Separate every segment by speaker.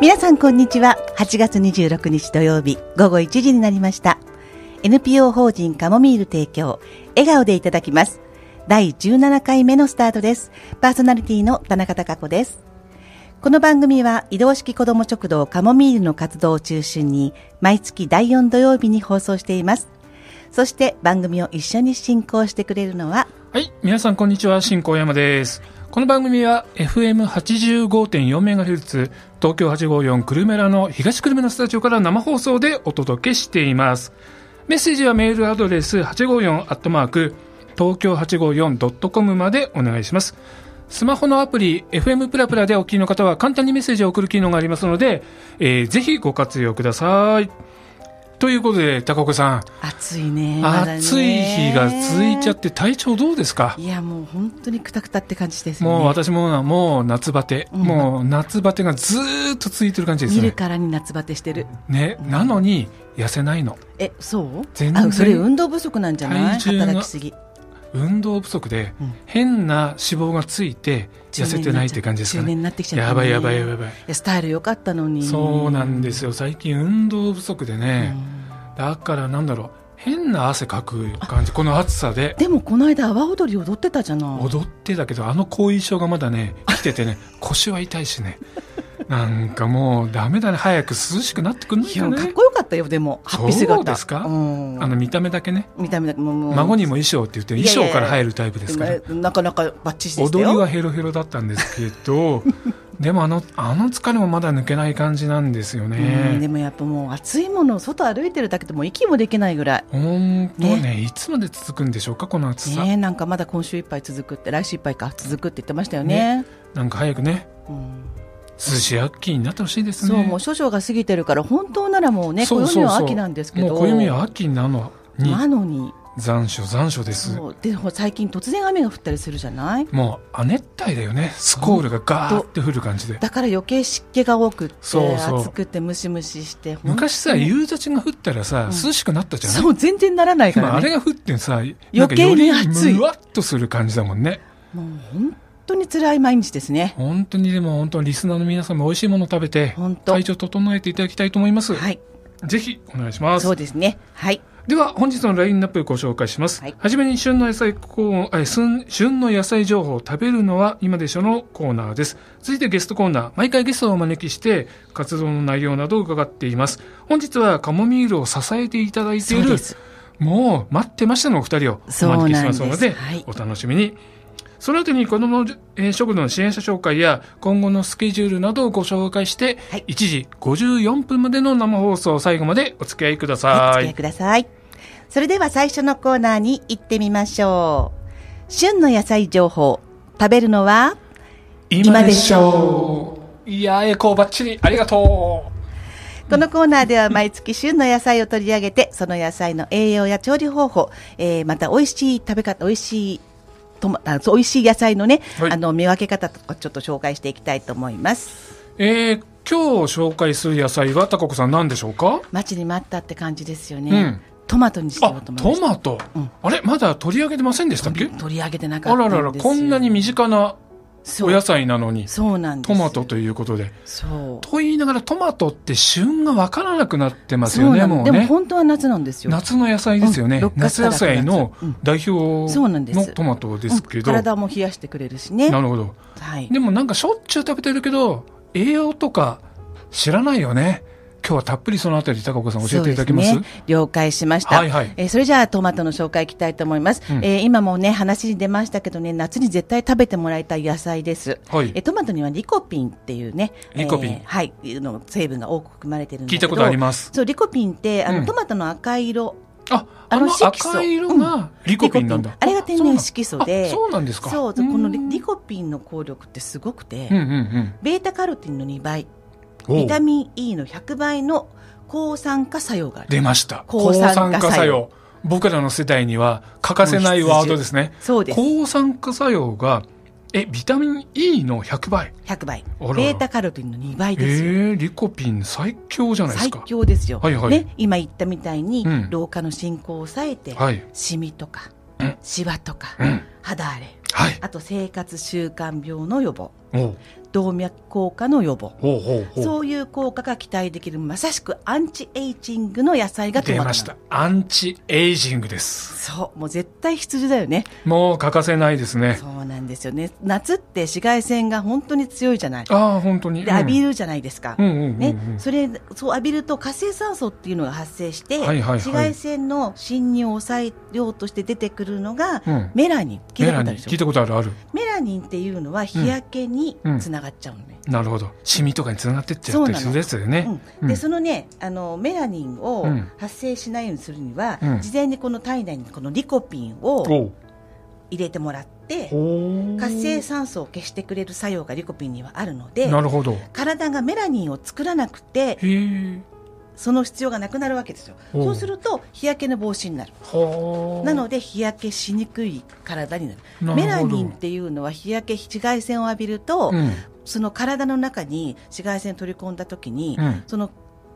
Speaker 1: 皆さんこんにちは8月26日土曜日午後1時になりました NPO 法人カモミール提供笑顔でいただきます第17回目のスタートですパーソナリティの田中貴子ですこの番組は移動式子ども食堂カモミールの活動を中心に毎月第4土曜日に放送していますそして番組を一緒に進行してくれるのは
Speaker 2: はい、皆さんこんにちは、新高山です。この番組は FM85.4 メガヘルツ、東京854クルメラの東久留米のスタジオから生放送でお届けしています。メッセージはメールアドレス854アットマーク、東京 854.com までお願いします。スマホのアプリ FM プラプラでお聞きの方は簡単にメッセージを送る機能がありますので、えーぜひご活用ください。ということで、高岡さん、
Speaker 1: 暑いね,、まだね
Speaker 2: 暑い日が続いちゃって体調どうですか
Speaker 1: いやもう本当にくたくたって感じですよね
Speaker 2: もう私もな、もう夏バテ。
Speaker 1: うん
Speaker 2: もう夏バテがずーっと続いてる感じです
Speaker 1: 見る
Speaker 2: ね。
Speaker 1: からに夏バテしてる
Speaker 2: ね、なのに痩せないの。
Speaker 1: えそう
Speaker 2: 全然
Speaker 1: あそれ運動不足なんじゃない
Speaker 2: 体重が
Speaker 1: 働きすぎ
Speaker 2: 運動不足で
Speaker 1: うん
Speaker 2: 変な脂肪がついて痩せてないって感じですか
Speaker 1: 中
Speaker 2: ね
Speaker 1: 年。になってきちゃった、ね、
Speaker 2: やばいやばいやばいや
Speaker 1: い
Speaker 2: ばい。
Speaker 1: やスタイル良かったのに
Speaker 2: そうなんです
Speaker 1: よ、
Speaker 2: よ。最近運動不足で
Speaker 1: う
Speaker 2: ね。
Speaker 1: ん
Speaker 2: だからなんだろう。変な汗かく感じ。この暑さで。
Speaker 1: でもこの間阿波踊り踊ってたじゃない
Speaker 2: 踊ってたけど、あの後遺症がまだね、来 ててね、腰は痛いしね。なんかもうダメだね。早く涼しくなってくんない
Speaker 1: い
Speaker 2: か
Speaker 1: や
Speaker 2: ね。
Speaker 1: かっこよかったよでもハッピー姿
Speaker 2: そうですか
Speaker 1: うん、
Speaker 2: あの見た目だけね、
Speaker 1: 見た目だけもうもう
Speaker 2: 孫にも衣装って言って
Speaker 1: いやいや
Speaker 2: 衣装から入るタイプですから、
Speaker 1: ななかなかバッチリでした
Speaker 2: 踊
Speaker 1: よ
Speaker 2: りはヘロヘロだったんですけ ど、でもあのあの疲れもまだ抜けない感じなんですよ
Speaker 1: うんで
Speaker 2: ね。
Speaker 1: もやっぱもう暑いもの外歩いてるだけでも息もできないぐらい
Speaker 2: 本当ねいつまで続くんでしょうか、この暑さ。
Speaker 1: ねえなんかまだ今週いっぱい続くって来週いっぱいか続くって言ってましたよね
Speaker 2: なんか早くね、
Speaker 1: うん
Speaker 2: 涼しい秋になってほしいですね。
Speaker 1: そうもう諸々が過ぎてるから本当ならもうね
Speaker 2: そう
Speaker 1: 暦
Speaker 2: そう
Speaker 1: は
Speaker 2: そう
Speaker 1: 秋なんですけど
Speaker 2: もう暦は秋なのに、
Speaker 1: なのに
Speaker 2: 残暑、残暑です。
Speaker 1: そうでも最近突然雨が降ったりするじゃない
Speaker 2: もう亜熱帯だよね、スコールがガーって降る感じで。
Speaker 1: だから余計湿気が多くって
Speaker 2: そうそう
Speaker 1: 暑くてムシムシして
Speaker 2: 昔さ、
Speaker 1: う
Speaker 2: 夕立が降ったらさ、涼しくなったじゃない
Speaker 1: そう全然ならないか
Speaker 2: 今
Speaker 1: ら、
Speaker 2: あれ
Speaker 1: ね、
Speaker 2: が降ってさ、余
Speaker 1: 計に暑い
Speaker 2: むわっとする感じだもんね。
Speaker 1: もう本当に辛い毎日ですね
Speaker 2: 本当にでも本当リスナーの皆さんも美味しいものを食べて
Speaker 1: 本、当
Speaker 2: 体調整えていただきたいと思います。
Speaker 1: はい
Speaker 2: ぜひお願いします
Speaker 1: そう。ですねはい
Speaker 2: では本日のラインナップご紹介します。
Speaker 1: は
Speaker 2: はいじめに旬の野菜コーン、え旬、旬の野菜情報を食べるのは今でしょのコーナーです。続いてゲストコーナー。毎回ゲストをお招きして活動の内容などを伺っています。本日はカモミールを支えていただいて
Speaker 1: そ
Speaker 2: いう
Speaker 1: で
Speaker 2: る
Speaker 1: す
Speaker 2: もう待ってましたのお二人をお招きしますの
Speaker 1: そうなんです
Speaker 2: で、
Speaker 1: はい
Speaker 2: お楽しみに。その後に子ども、えー食堂の支援者紹介や今後のスケジュールなどをご紹介して、
Speaker 1: はい
Speaker 2: 1時54分までの生放送最後までお付き合いく
Speaker 1: はいお
Speaker 2: ださ
Speaker 1: 付き合い
Speaker 2: い。
Speaker 1: くださいそれでは最初のコーナーに行ってみましょう旬の野菜情報食べるのは今でし
Speaker 2: ょう。いやー、エコーバッチリありがと
Speaker 1: このコーナーでは毎月旬の野菜を取り上げて、その野菜の栄養や調理方法、えーまた美味しい食べ方、美味しいトマ、あそう美味しい野菜のね、
Speaker 2: はい
Speaker 1: あの、見分け方とかちょっと紹介していきたいと思います。
Speaker 2: う。えー、今日紹介する野菜はタココさん何でしょうか
Speaker 1: 待ちに待ったって感じですよね。
Speaker 2: うん
Speaker 1: トマトにしよ
Speaker 2: あ
Speaker 1: うと、思
Speaker 2: ト
Speaker 1: いま
Speaker 2: マト。
Speaker 1: うん
Speaker 2: あれまだ取り上げてませんでしたっけ
Speaker 1: す。取り上げてなか
Speaker 2: あ
Speaker 1: ったんで
Speaker 2: ら
Speaker 1: す
Speaker 2: らら、こんなに身近な
Speaker 1: そ
Speaker 2: お
Speaker 1: う
Speaker 2: 野菜なのに。
Speaker 1: そうなんです。
Speaker 2: トマトということで。
Speaker 1: そう。
Speaker 2: と言いながらトマトって旬がわからなくなってますよね、
Speaker 1: そうなの
Speaker 2: もう
Speaker 1: でも
Speaker 2: ね。
Speaker 1: 本当は夏なんですよ。
Speaker 2: 夏の野菜ですよね。
Speaker 1: うん
Speaker 2: 夏野菜の
Speaker 1: うん
Speaker 2: 代表
Speaker 1: そうなんです
Speaker 2: のトマトですけ
Speaker 1: うん
Speaker 2: ど。な
Speaker 1: 体も冷やしてくれるしね。
Speaker 2: るほど。
Speaker 1: はい。
Speaker 2: でもなんかしょっちゅう食べてるけど、栄養とか知らないよね。今日はたっぷりそのあたり、高岡さん教えていただけます
Speaker 1: そうですね、了解しました、
Speaker 2: はいはい
Speaker 1: えーそれじゃあトマトの紹介いきたいと思います、
Speaker 2: うん
Speaker 1: えー今もね話に出ましたけどね夏に絶対食べてもらいたい野菜です、
Speaker 2: はい
Speaker 1: えートマトにはリコピンっていうね
Speaker 2: リコピン
Speaker 1: えーはいいうの成分が多く含まれてるんだ
Speaker 2: 聞
Speaker 1: けど
Speaker 2: いたことあります。
Speaker 1: そうリコピンってあの、
Speaker 2: うん
Speaker 1: トマトの赤い色
Speaker 2: あ、あの赤い色がリコピンなんだ。
Speaker 1: あれが天然色素で
Speaker 2: あそうなんですか。
Speaker 1: そうこのリ
Speaker 2: うん
Speaker 1: リコピンの効力ってすごくて、
Speaker 2: うんうん
Speaker 1: ベータカロテンの2倍
Speaker 2: うん。
Speaker 1: ビタ
Speaker 2: ン。
Speaker 1: ミン E の100倍の抗酸化作用がある
Speaker 2: 出ました。
Speaker 1: 抗
Speaker 2: 抗
Speaker 1: 酸
Speaker 2: 酸
Speaker 1: 化
Speaker 2: 化
Speaker 1: 作
Speaker 2: 作
Speaker 1: 用
Speaker 2: 用。僕らの世代には欠かせないワードですね。
Speaker 1: そうです
Speaker 2: 抗酸化作用が、え、ビタミン E の100倍。
Speaker 1: 100倍
Speaker 2: あらら
Speaker 1: ベータカロテンの2倍
Speaker 2: え
Speaker 1: ですよ
Speaker 2: ー、リコピン最強じゃないです
Speaker 1: 最
Speaker 2: か。
Speaker 1: 強ですよ、
Speaker 2: はいはい
Speaker 1: ね、今言ったみたいに、
Speaker 2: うん
Speaker 1: 老化の進行を抑えて、
Speaker 2: はい。
Speaker 1: シミとか、
Speaker 2: うん
Speaker 1: シワとか、
Speaker 2: うん
Speaker 1: 肌荒れ
Speaker 2: はい。
Speaker 1: あと生活習慣病の予防
Speaker 2: おう
Speaker 1: 動脈硬化の予防
Speaker 2: ほうほうほう。
Speaker 1: そういう効果が期待できるまさしくアンチエイジングの野菜がトマト
Speaker 2: 出
Speaker 1: なの
Speaker 2: ました。アンチエイジングです。
Speaker 1: そうもう絶対必需だよね
Speaker 2: もう欠かせないですね。
Speaker 1: そうなんですよね夏って紫外線が本当に強いじゃない
Speaker 2: ああ、本当に。
Speaker 1: で浴び
Speaker 2: る。
Speaker 1: るじゃないですか、
Speaker 2: うんうんうんう
Speaker 1: ね
Speaker 2: ん、
Speaker 1: それそう浴びると活性酸素っていうのが発生して、
Speaker 2: はいはいはい
Speaker 1: 紫外線の侵入を抑えようとして出てくるのが、
Speaker 2: うん
Speaker 1: メラニン聞い
Speaker 2: メ
Speaker 1: たことあ
Speaker 2: ラニン
Speaker 1: るでしょ
Speaker 2: 聞いたことあるある。
Speaker 1: メラニンっていうのは日焼けにつながっちゃうのね、
Speaker 2: なるほど。シミとかにつながってっちゃったりするですよね。
Speaker 1: うんで
Speaker 2: うん
Speaker 1: そのねあのメラニンを
Speaker 2: うん
Speaker 1: 発生しないようにするには、
Speaker 2: うん
Speaker 1: 事前にこの体内にこのリコピンを
Speaker 2: おう
Speaker 1: 入れてもらって、
Speaker 2: ほう
Speaker 1: 活性酸素を消してくれる作用がリコピンにはあるので
Speaker 2: なるほど。へ
Speaker 1: 体がメラニンを作らなくて
Speaker 2: え。
Speaker 1: その必要がなくなるわけですよ
Speaker 2: おう
Speaker 1: そうすると日焼けの防止になる
Speaker 2: ほう
Speaker 1: なので日焼けしにくい体になる
Speaker 2: なる
Speaker 1: メ
Speaker 2: ほ
Speaker 1: ラ
Speaker 2: ど
Speaker 1: ニンっていうのは日焼け紫外線を浴びると、
Speaker 2: うん。
Speaker 1: その体の中に紫外線を取り込んだ時に、
Speaker 2: うん
Speaker 1: その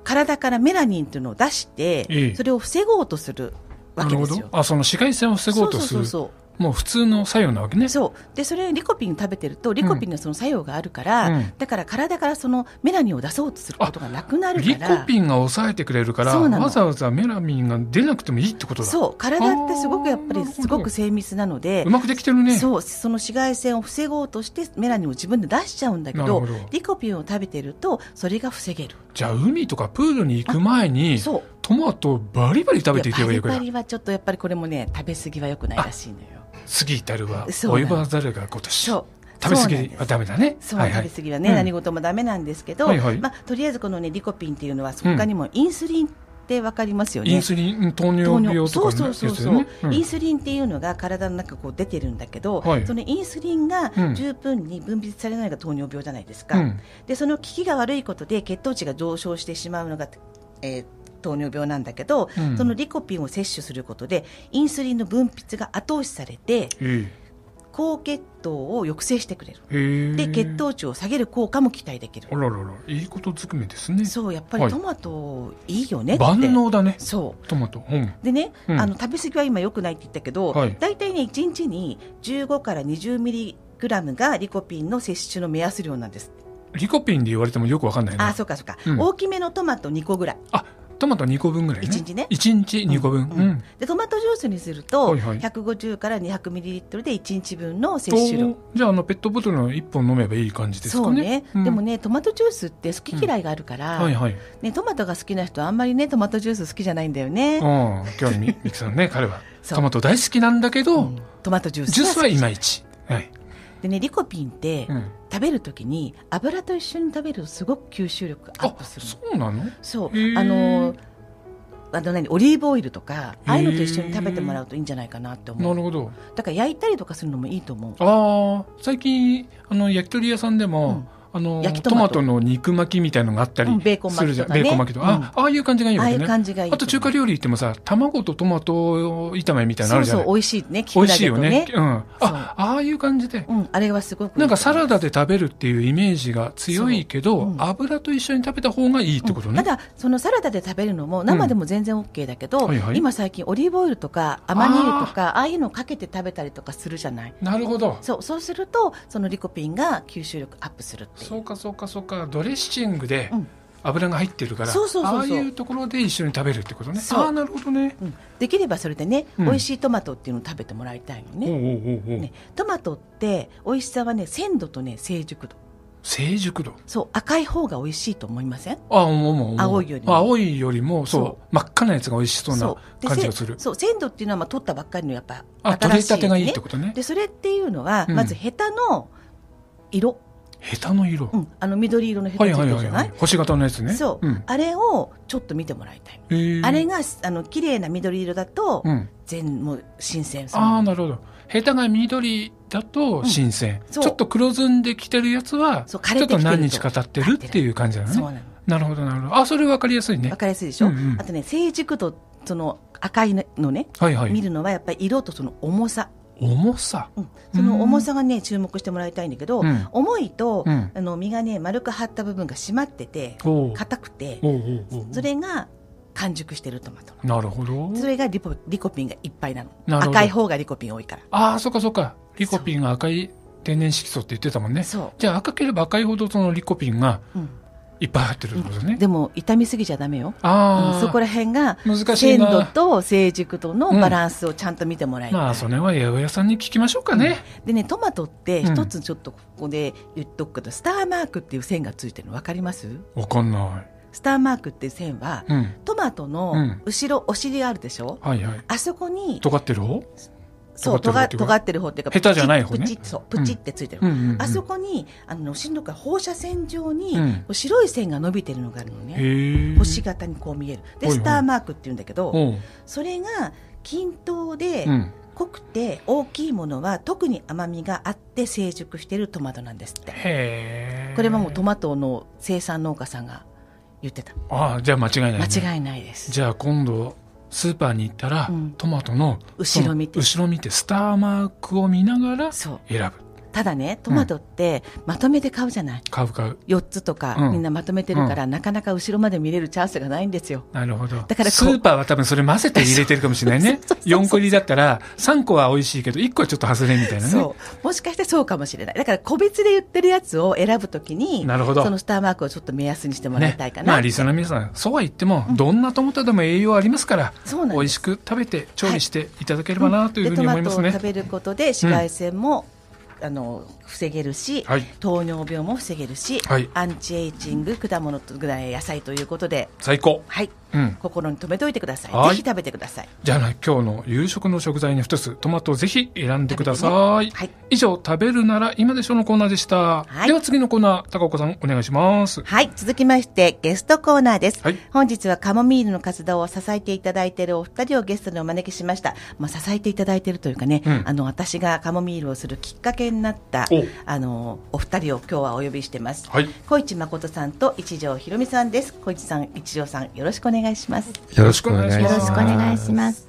Speaker 1: 体からメラニンというのを出して、
Speaker 2: ええ
Speaker 1: それを防ごうとするわ
Speaker 2: な
Speaker 1: け
Speaker 2: る
Speaker 1: で
Speaker 2: ほ
Speaker 1: す
Speaker 2: ど
Speaker 1: よ。。
Speaker 2: あ、その紫外線を防ごうと
Speaker 1: そ
Speaker 2: す
Speaker 1: うそう
Speaker 2: る。
Speaker 1: そう
Speaker 2: もう普通の作用なわけね。
Speaker 1: そうそうでそれリコピン食べてるとリコピンのその作用があるから、
Speaker 2: うん
Speaker 1: だから体からそのメラニンを出そうとすることがなくなる
Speaker 2: リ
Speaker 1: から
Speaker 2: コピンが抑えてくれるから、
Speaker 1: そうなの
Speaker 2: わざわざメラミンが出なくてもいいってことだ。
Speaker 1: そう体ってすごくやっぱ
Speaker 2: あーなる
Speaker 1: り
Speaker 2: ほど
Speaker 1: すごく精密なので
Speaker 2: うまくできてるね。
Speaker 1: そうその紫外線を防ごうとしてメラニンを自分で出しちゃうんだけど
Speaker 2: なるほど
Speaker 1: リコピンを食べてるとそれが防げる
Speaker 2: じゃあ海とかプールに行く前に、
Speaker 1: そう
Speaker 2: トマトをバリバリ食べていけばいいわけ
Speaker 1: や
Speaker 2: だ
Speaker 1: パリ。パリはちょっとやっぱりこれもね食べ過ぎは良くないらしいのよ
Speaker 2: 過ぎたるは
Speaker 1: そう
Speaker 2: 及
Speaker 1: なの
Speaker 2: ばざるが如し。
Speaker 1: そう
Speaker 2: 食べ過
Speaker 1: そうなん
Speaker 2: ぎ
Speaker 1: です
Speaker 2: はダメだね。
Speaker 1: そう、
Speaker 2: はいは
Speaker 1: 食
Speaker 2: い
Speaker 1: べ。過ぎはね、
Speaker 2: うん
Speaker 1: 何事もダメなんですけど、
Speaker 2: はいはい
Speaker 1: まあ、とりあえずこのねリコピンっていうのは他にもインスリンってわかりますよね、
Speaker 2: インスリン、糖尿病と
Speaker 1: そう
Speaker 2: かの
Speaker 1: そう
Speaker 2: やつ
Speaker 1: そうそ
Speaker 2: だよ
Speaker 1: う、
Speaker 2: ね。うん
Speaker 1: インスリンっていうのが体の中こう出てるんだけど、
Speaker 2: はい
Speaker 1: そのインスリンが
Speaker 2: うん
Speaker 1: 十分に分泌されないのが糖尿病じゃないですか、
Speaker 2: うん
Speaker 1: でその効きが悪いことで血糖値が上昇してしまうのが、えー糖尿病なんだけど、
Speaker 2: うん
Speaker 1: そのリコピンを摂取することでインスリンの分泌が後押しされて
Speaker 2: え
Speaker 1: 高血糖を抑制してくれる
Speaker 2: えへえ
Speaker 1: で血糖値を下げる効果も期待できる
Speaker 2: あららら、いいことずくめですね。
Speaker 1: そうやっぱ
Speaker 2: は
Speaker 1: り
Speaker 2: い
Speaker 1: トマトいいよねって、
Speaker 2: 万能だね。
Speaker 1: そ
Speaker 2: トマト。うん。
Speaker 1: うでね、
Speaker 2: うん
Speaker 1: あの食べ過ぎは今良くないって言ったけど、
Speaker 2: はい
Speaker 1: 大体ね1日に15から20ミリグラムがリコピンの摂取の目安量なんです、
Speaker 2: リコピンで言われてもよくわかんない
Speaker 1: あ
Speaker 2: な。
Speaker 1: そうかそうか、
Speaker 2: うん
Speaker 1: 大きめのトマト2個ぐらい
Speaker 2: あ、トマト2個分ぐらいね。
Speaker 1: 一日ね
Speaker 2: 1日2個分。
Speaker 1: う
Speaker 2: うんん。
Speaker 1: でトマトジュースにすると、
Speaker 2: はいはい
Speaker 1: 150から200ミリリットルで1日分の摂
Speaker 2: お
Speaker 1: 取量
Speaker 2: ーじゃあ、あの、ペットボトルの1本飲めばいい感じです
Speaker 1: そ
Speaker 2: か
Speaker 1: う
Speaker 2: ね。
Speaker 1: ね、
Speaker 2: ん
Speaker 1: でもねトマトジュースって好き嫌いがあるから、
Speaker 2: はいはい。
Speaker 1: ね、トマトが好きな人はあんまりねトマトジュース好きじゃないんだよね、
Speaker 2: うん。今日み、みきさ んね、彼は。
Speaker 1: そう
Speaker 2: トマト大好きなんだけど、
Speaker 1: うんトマトジュース
Speaker 2: ジュースは
Speaker 1: が好き
Speaker 2: いまいち。はい。
Speaker 1: でねリコピンって、
Speaker 2: うん。
Speaker 1: 食べるときに油と一緒に食べるとすごく吸収力がアッ
Speaker 2: あ
Speaker 1: プ、するの
Speaker 2: そうなの
Speaker 1: そう
Speaker 2: へー
Speaker 1: あのあの何オリーブオイルとか
Speaker 2: へー
Speaker 1: ああいうのと一緒に食べてもらうといいんじゃないかなって思
Speaker 2: な
Speaker 1: う
Speaker 2: るほど。
Speaker 1: だから焼いたりとかするのもいいと思う
Speaker 2: ああ、最近、あの、焼き鳥屋さんでも、あの
Speaker 1: 焼きト
Speaker 2: ト
Speaker 1: マ
Speaker 2: マ
Speaker 1: ト
Speaker 2: トの肉巻きみたいのがあった
Speaker 1: うん
Speaker 2: り
Speaker 1: ベーコン
Speaker 2: す
Speaker 1: 巻
Speaker 2: る
Speaker 1: き
Speaker 2: じゃ
Speaker 1: と
Speaker 2: ん、
Speaker 1: かね
Speaker 2: ベーコン巻きとか、
Speaker 1: うん
Speaker 2: あああいう感じがいい
Speaker 1: あ
Speaker 2: わ
Speaker 1: あ
Speaker 2: け
Speaker 1: い
Speaker 2: ね
Speaker 1: う感じがいい
Speaker 2: あと中華料理行ってもさ卵とトマト炒めみたいなのあ
Speaker 1: そう
Speaker 2: るじゃ
Speaker 1: そう
Speaker 2: ない
Speaker 1: 美味しいね
Speaker 2: 美
Speaker 1: キ
Speaker 2: 味
Speaker 1: だ
Speaker 2: しい
Speaker 1: け
Speaker 2: よ
Speaker 1: ど
Speaker 2: ね
Speaker 1: ね
Speaker 2: う
Speaker 1: そ
Speaker 2: ん
Speaker 1: う
Speaker 2: あああいう感じで
Speaker 1: うんあれはすごく
Speaker 2: なんかサラ
Speaker 1: ダ
Speaker 2: ダで食べるっていうイメージが強いけど、
Speaker 1: そううん
Speaker 2: 油と一緒に食べた方がいいってことね、
Speaker 1: ただそのサラダで食べるのも生でも全然 OK だけど、
Speaker 2: はいはい
Speaker 1: 今最近オリーブオイルとかアマニ油とかああいうのをかけて食べたりとかするじゃない
Speaker 2: なるほど
Speaker 1: そうそうするとそのリコピンが吸収力アップするっていう
Speaker 2: そうかそうかそうかドレッシングで
Speaker 1: うん
Speaker 2: 油が入ってるから、
Speaker 1: そうそうそうそう
Speaker 2: ああいうところで一緒に食べるってことね
Speaker 1: そう
Speaker 2: ああなるほどね
Speaker 1: うんできればそれでね、
Speaker 2: うん
Speaker 1: 美味しいトマトっていうのを食べてもらいたいの
Speaker 2: おうお
Speaker 1: ね,、
Speaker 2: うおうおう
Speaker 1: ねトマトって美味しさはね鮮度とね成熟度
Speaker 2: 成熟度
Speaker 1: そう赤い方が美味しいと思いません
Speaker 2: ああ思う思う思う
Speaker 1: 青いよりも
Speaker 2: 青いよりもそう
Speaker 1: そう
Speaker 2: 真っ赤なやつが美味しそうな
Speaker 1: で
Speaker 2: 感じがする
Speaker 1: せそう鮮度っていうのはまあ取ったばっかりのやっぱ
Speaker 2: あ取れたてがいいって
Speaker 1: ね
Speaker 2: ことね
Speaker 1: でそれっていうのは、
Speaker 2: うん
Speaker 1: まずヘタの色、
Speaker 2: ヘタの色、
Speaker 1: うん、あの緑色のヘタ
Speaker 2: は
Speaker 1: つ
Speaker 2: い
Speaker 1: いて
Speaker 2: はい
Speaker 1: る
Speaker 2: は
Speaker 1: じゃ
Speaker 2: い
Speaker 1: な
Speaker 2: はいい、星型のやつね
Speaker 1: そう、
Speaker 2: ん
Speaker 1: あれをちょっと見てもらいたいの、
Speaker 2: えー
Speaker 1: あれがあの綺麗な緑色だと、
Speaker 2: うん、
Speaker 1: 全もう新鮮その
Speaker 2: ああなるほどヘタが緑だと新鮮、
Speaker 1: そう
Speaker 2: ちょっと黒ずんできてるやつはち
Speaker 1: そ
Speaker 2: ょ
Speaker 1: う枯れてきて
Speaker 2: っと
Speaker 1: ると
Speaker 2: 何日か経ってるっていう感じだ
Speaker 1: そう
Speaker 2: ね
Speaker 1: なの
Speaker 2: なるほどなるほどあそれ分かりやすいね
Speaker 1: わかりやすいでしょ、
Speaker 2: うんうん
Speaker 1: あとね成熟度その赤いのね、
Speaker 2: はいは
Speaker 1: 見
Speaker 2: い
Speaker 1: るのはやっぱり色とその重さ、
Speaker 2: 重さ
Speaker 1: うんその重さがね注目してもらいたいんだけど、
Speaker 2: うん
Speaker 1: 重いと、
Speaker 2: うん
Speaker 1: あの身がね丸く張った部分が締まってて
Speaker 2: おう
Speaker 1: 硬くて
Speaker 2: おうおうおう
Speaker 1: それが完熟してるトマトな
Speaker 2: なるほど
Speaker 1: のそれがリポリコピンがいっぱいなの
Speaker 2: なるほど
Speaker 1: 赤い方がリコピン多いから
Speaker 2: ああそっかそっかリコピンが赤い天然色素って言ってたもんね
Speaker 1: そう
Speaker 2: じゃあ赤ければ赤いほどそのリコピンが
Speaker 1: うん
Speaker 2: いっぱい入ってるってことね、
Speaker 1: でも傷みすぎちゃダメよ、
Speaker 2: ああ、
Speaker 1: うんそこら辺が
Speaker 2: 難しい
Speaker 1: 鮮
Speaker 2: な
Speaker 1: 度と成熟度のバランスをちゃんと見てもらいたい、
Speaker 2: まあそれは八百屋さんに聞きましょうかね、
Speaker 1: でねトマトって
Speaker 2: うん
Speaker 1: 一つちょっとここで言っとくけど、スターマークっていう線がついてるの分かります
Speaker 2: わかんな、
Speaker 1: スターマークっていう線はい
Speaker 2: うん、
Speaker 1: トマト
Speaker 2: う
Speaker 1: の
Speaker 2: ん
Speaker 1: 後ろお尻があるでしょ、
Speaker 2: はいはい
Speaker 1: あそこに
Speaker 2: 尖ってる方
Speaker 1: そう
Speaker 2: 尖
Speaker 1: 尖
Speaker 2: ってる方っ
Speaker 1: 尖って
Speaker 2: ていうか
Speaker 1: る方っていうか
Speaker 2: 下手じゃない方ね
Speaker 1: プチプチそうプチってついてる、
Speaker 2: うんうんうん
Speaker 1: あそこにあのお尻のとこから放射線状に、
Speaker 2: うん
Speaker 1: こう白い線が伸びてるのがあるのね、
Speaker 2: へえ
Speaker 1: 星型にこう見えるで
Speaker 2: はいはい
Speaker 1: スターマークっていうんだけど、
Speaker 2: おう
Speaker 1: それが均等で
Speaker 2: うん
Speaker 1: 濃くて大きいものは特に甘みがあって成熟しているトマトなんですって
Speaker 2: へえ
Speaker 1: これはもうトマトの生産農家さんが言ってた
Speaker 2: ああじゃあ間違いない、ね、
Speaker 1: 間違いないです
Speaker 2: じゃあ今度スーパーに行ったら、
Speaker 1: うん
Speaker 2: トマトの
Speaker 1: 後ろ見て
Speaker 2: その後ろ見てスターマークを見ながら
Speaker 1: そう
Speaker 2: 選ぶ
Speaker 1: ただねトマトってまとめて買うじゃない
Speaker 2: 買う買う
Speaker 1: 4つとか、
Speaker 2: うん
Speaker 1: みんなまとめてるから、なかなか後ろまで見れるチャンスがないんですよ
Speaker 2: なるほど
Speaker 1: だからこう
Speaker 2: スーパーは多分それ混ぜて入れてるかもしれない
Speaker 1: そう
Speaker 2: ね
Speaker 1: そうそうそう
Speaker 2: 4個入りだったら3個は美味しいけど1個はちょっと外れみたいなね
Speaker 1: そうもしかしてそうかもしれないだから個別で言ってるやつを選ぶときに
Speaker 2: なるほど
Speaker 1: そのスターマークをちょっと目安にしてもらい
Speaker 2: ね
Speaker 1: たいかな、
Speaker 2: まあ、リスナーの皆さん、そうは言っても、どんなトマトでも栄養ありますから、
Speaker 1: そうなんです
Speaker 2: 美味しく食べて、調理していただければなというふうに思います
Speaker 1: で
Speaker 2: ね。
Speaker 1: トマトを食べることで紫外線も、あの防げるし、
Speaker 2: はい
Speaker 1: 糖尿病も防げるし、
Speaker 2: はい
Speaker 1: アンチエイジング果物とぐらい野菜ということで、
Speaker 2: 最高。
Speaker 1: はい
Speaker 2: うん。
Speaker 1: 心に留めておいてください、
Speaker 2: はい
Speaker 1: ぜひ食べてください
Speaker 2: じゃあ、今日の夕食の食材に一つ、トマトをぜひ選んでください。
Speaker 1: 食べてねはい
Speaker 2: 以上、食べるなら今でしょのコーナーでした。
Speaker 1: はい
Speaker 2: では次のコーナー、高岡さんお願いします。
Speaker 1: はい続きましてゲストコーナーです、
Speaker 2: はい
Speaker 1: 本日はカモミールの活動を支えていただいているお二人をゲストにお招きしました、まあ、支えていただいているというかね、
Speaker 2: うん
Speaker 1: あの私がカモミールをするきっかけになった
Speaker 2: お
Speaker 1: あのお二人を今日はお呼びしてます、
Speaker 2: はい
Speaker 1: 小市誠さんと一条ひろみさんです小市さん一条さんよろしくお願いします
Speaker 3: よろしくお願いし
Speaker 2: よ
Speaker 3: ま
Speaker 2: ろ
Speaker 3: す。
Speaker 2: しくお願
Speaker 4: いします。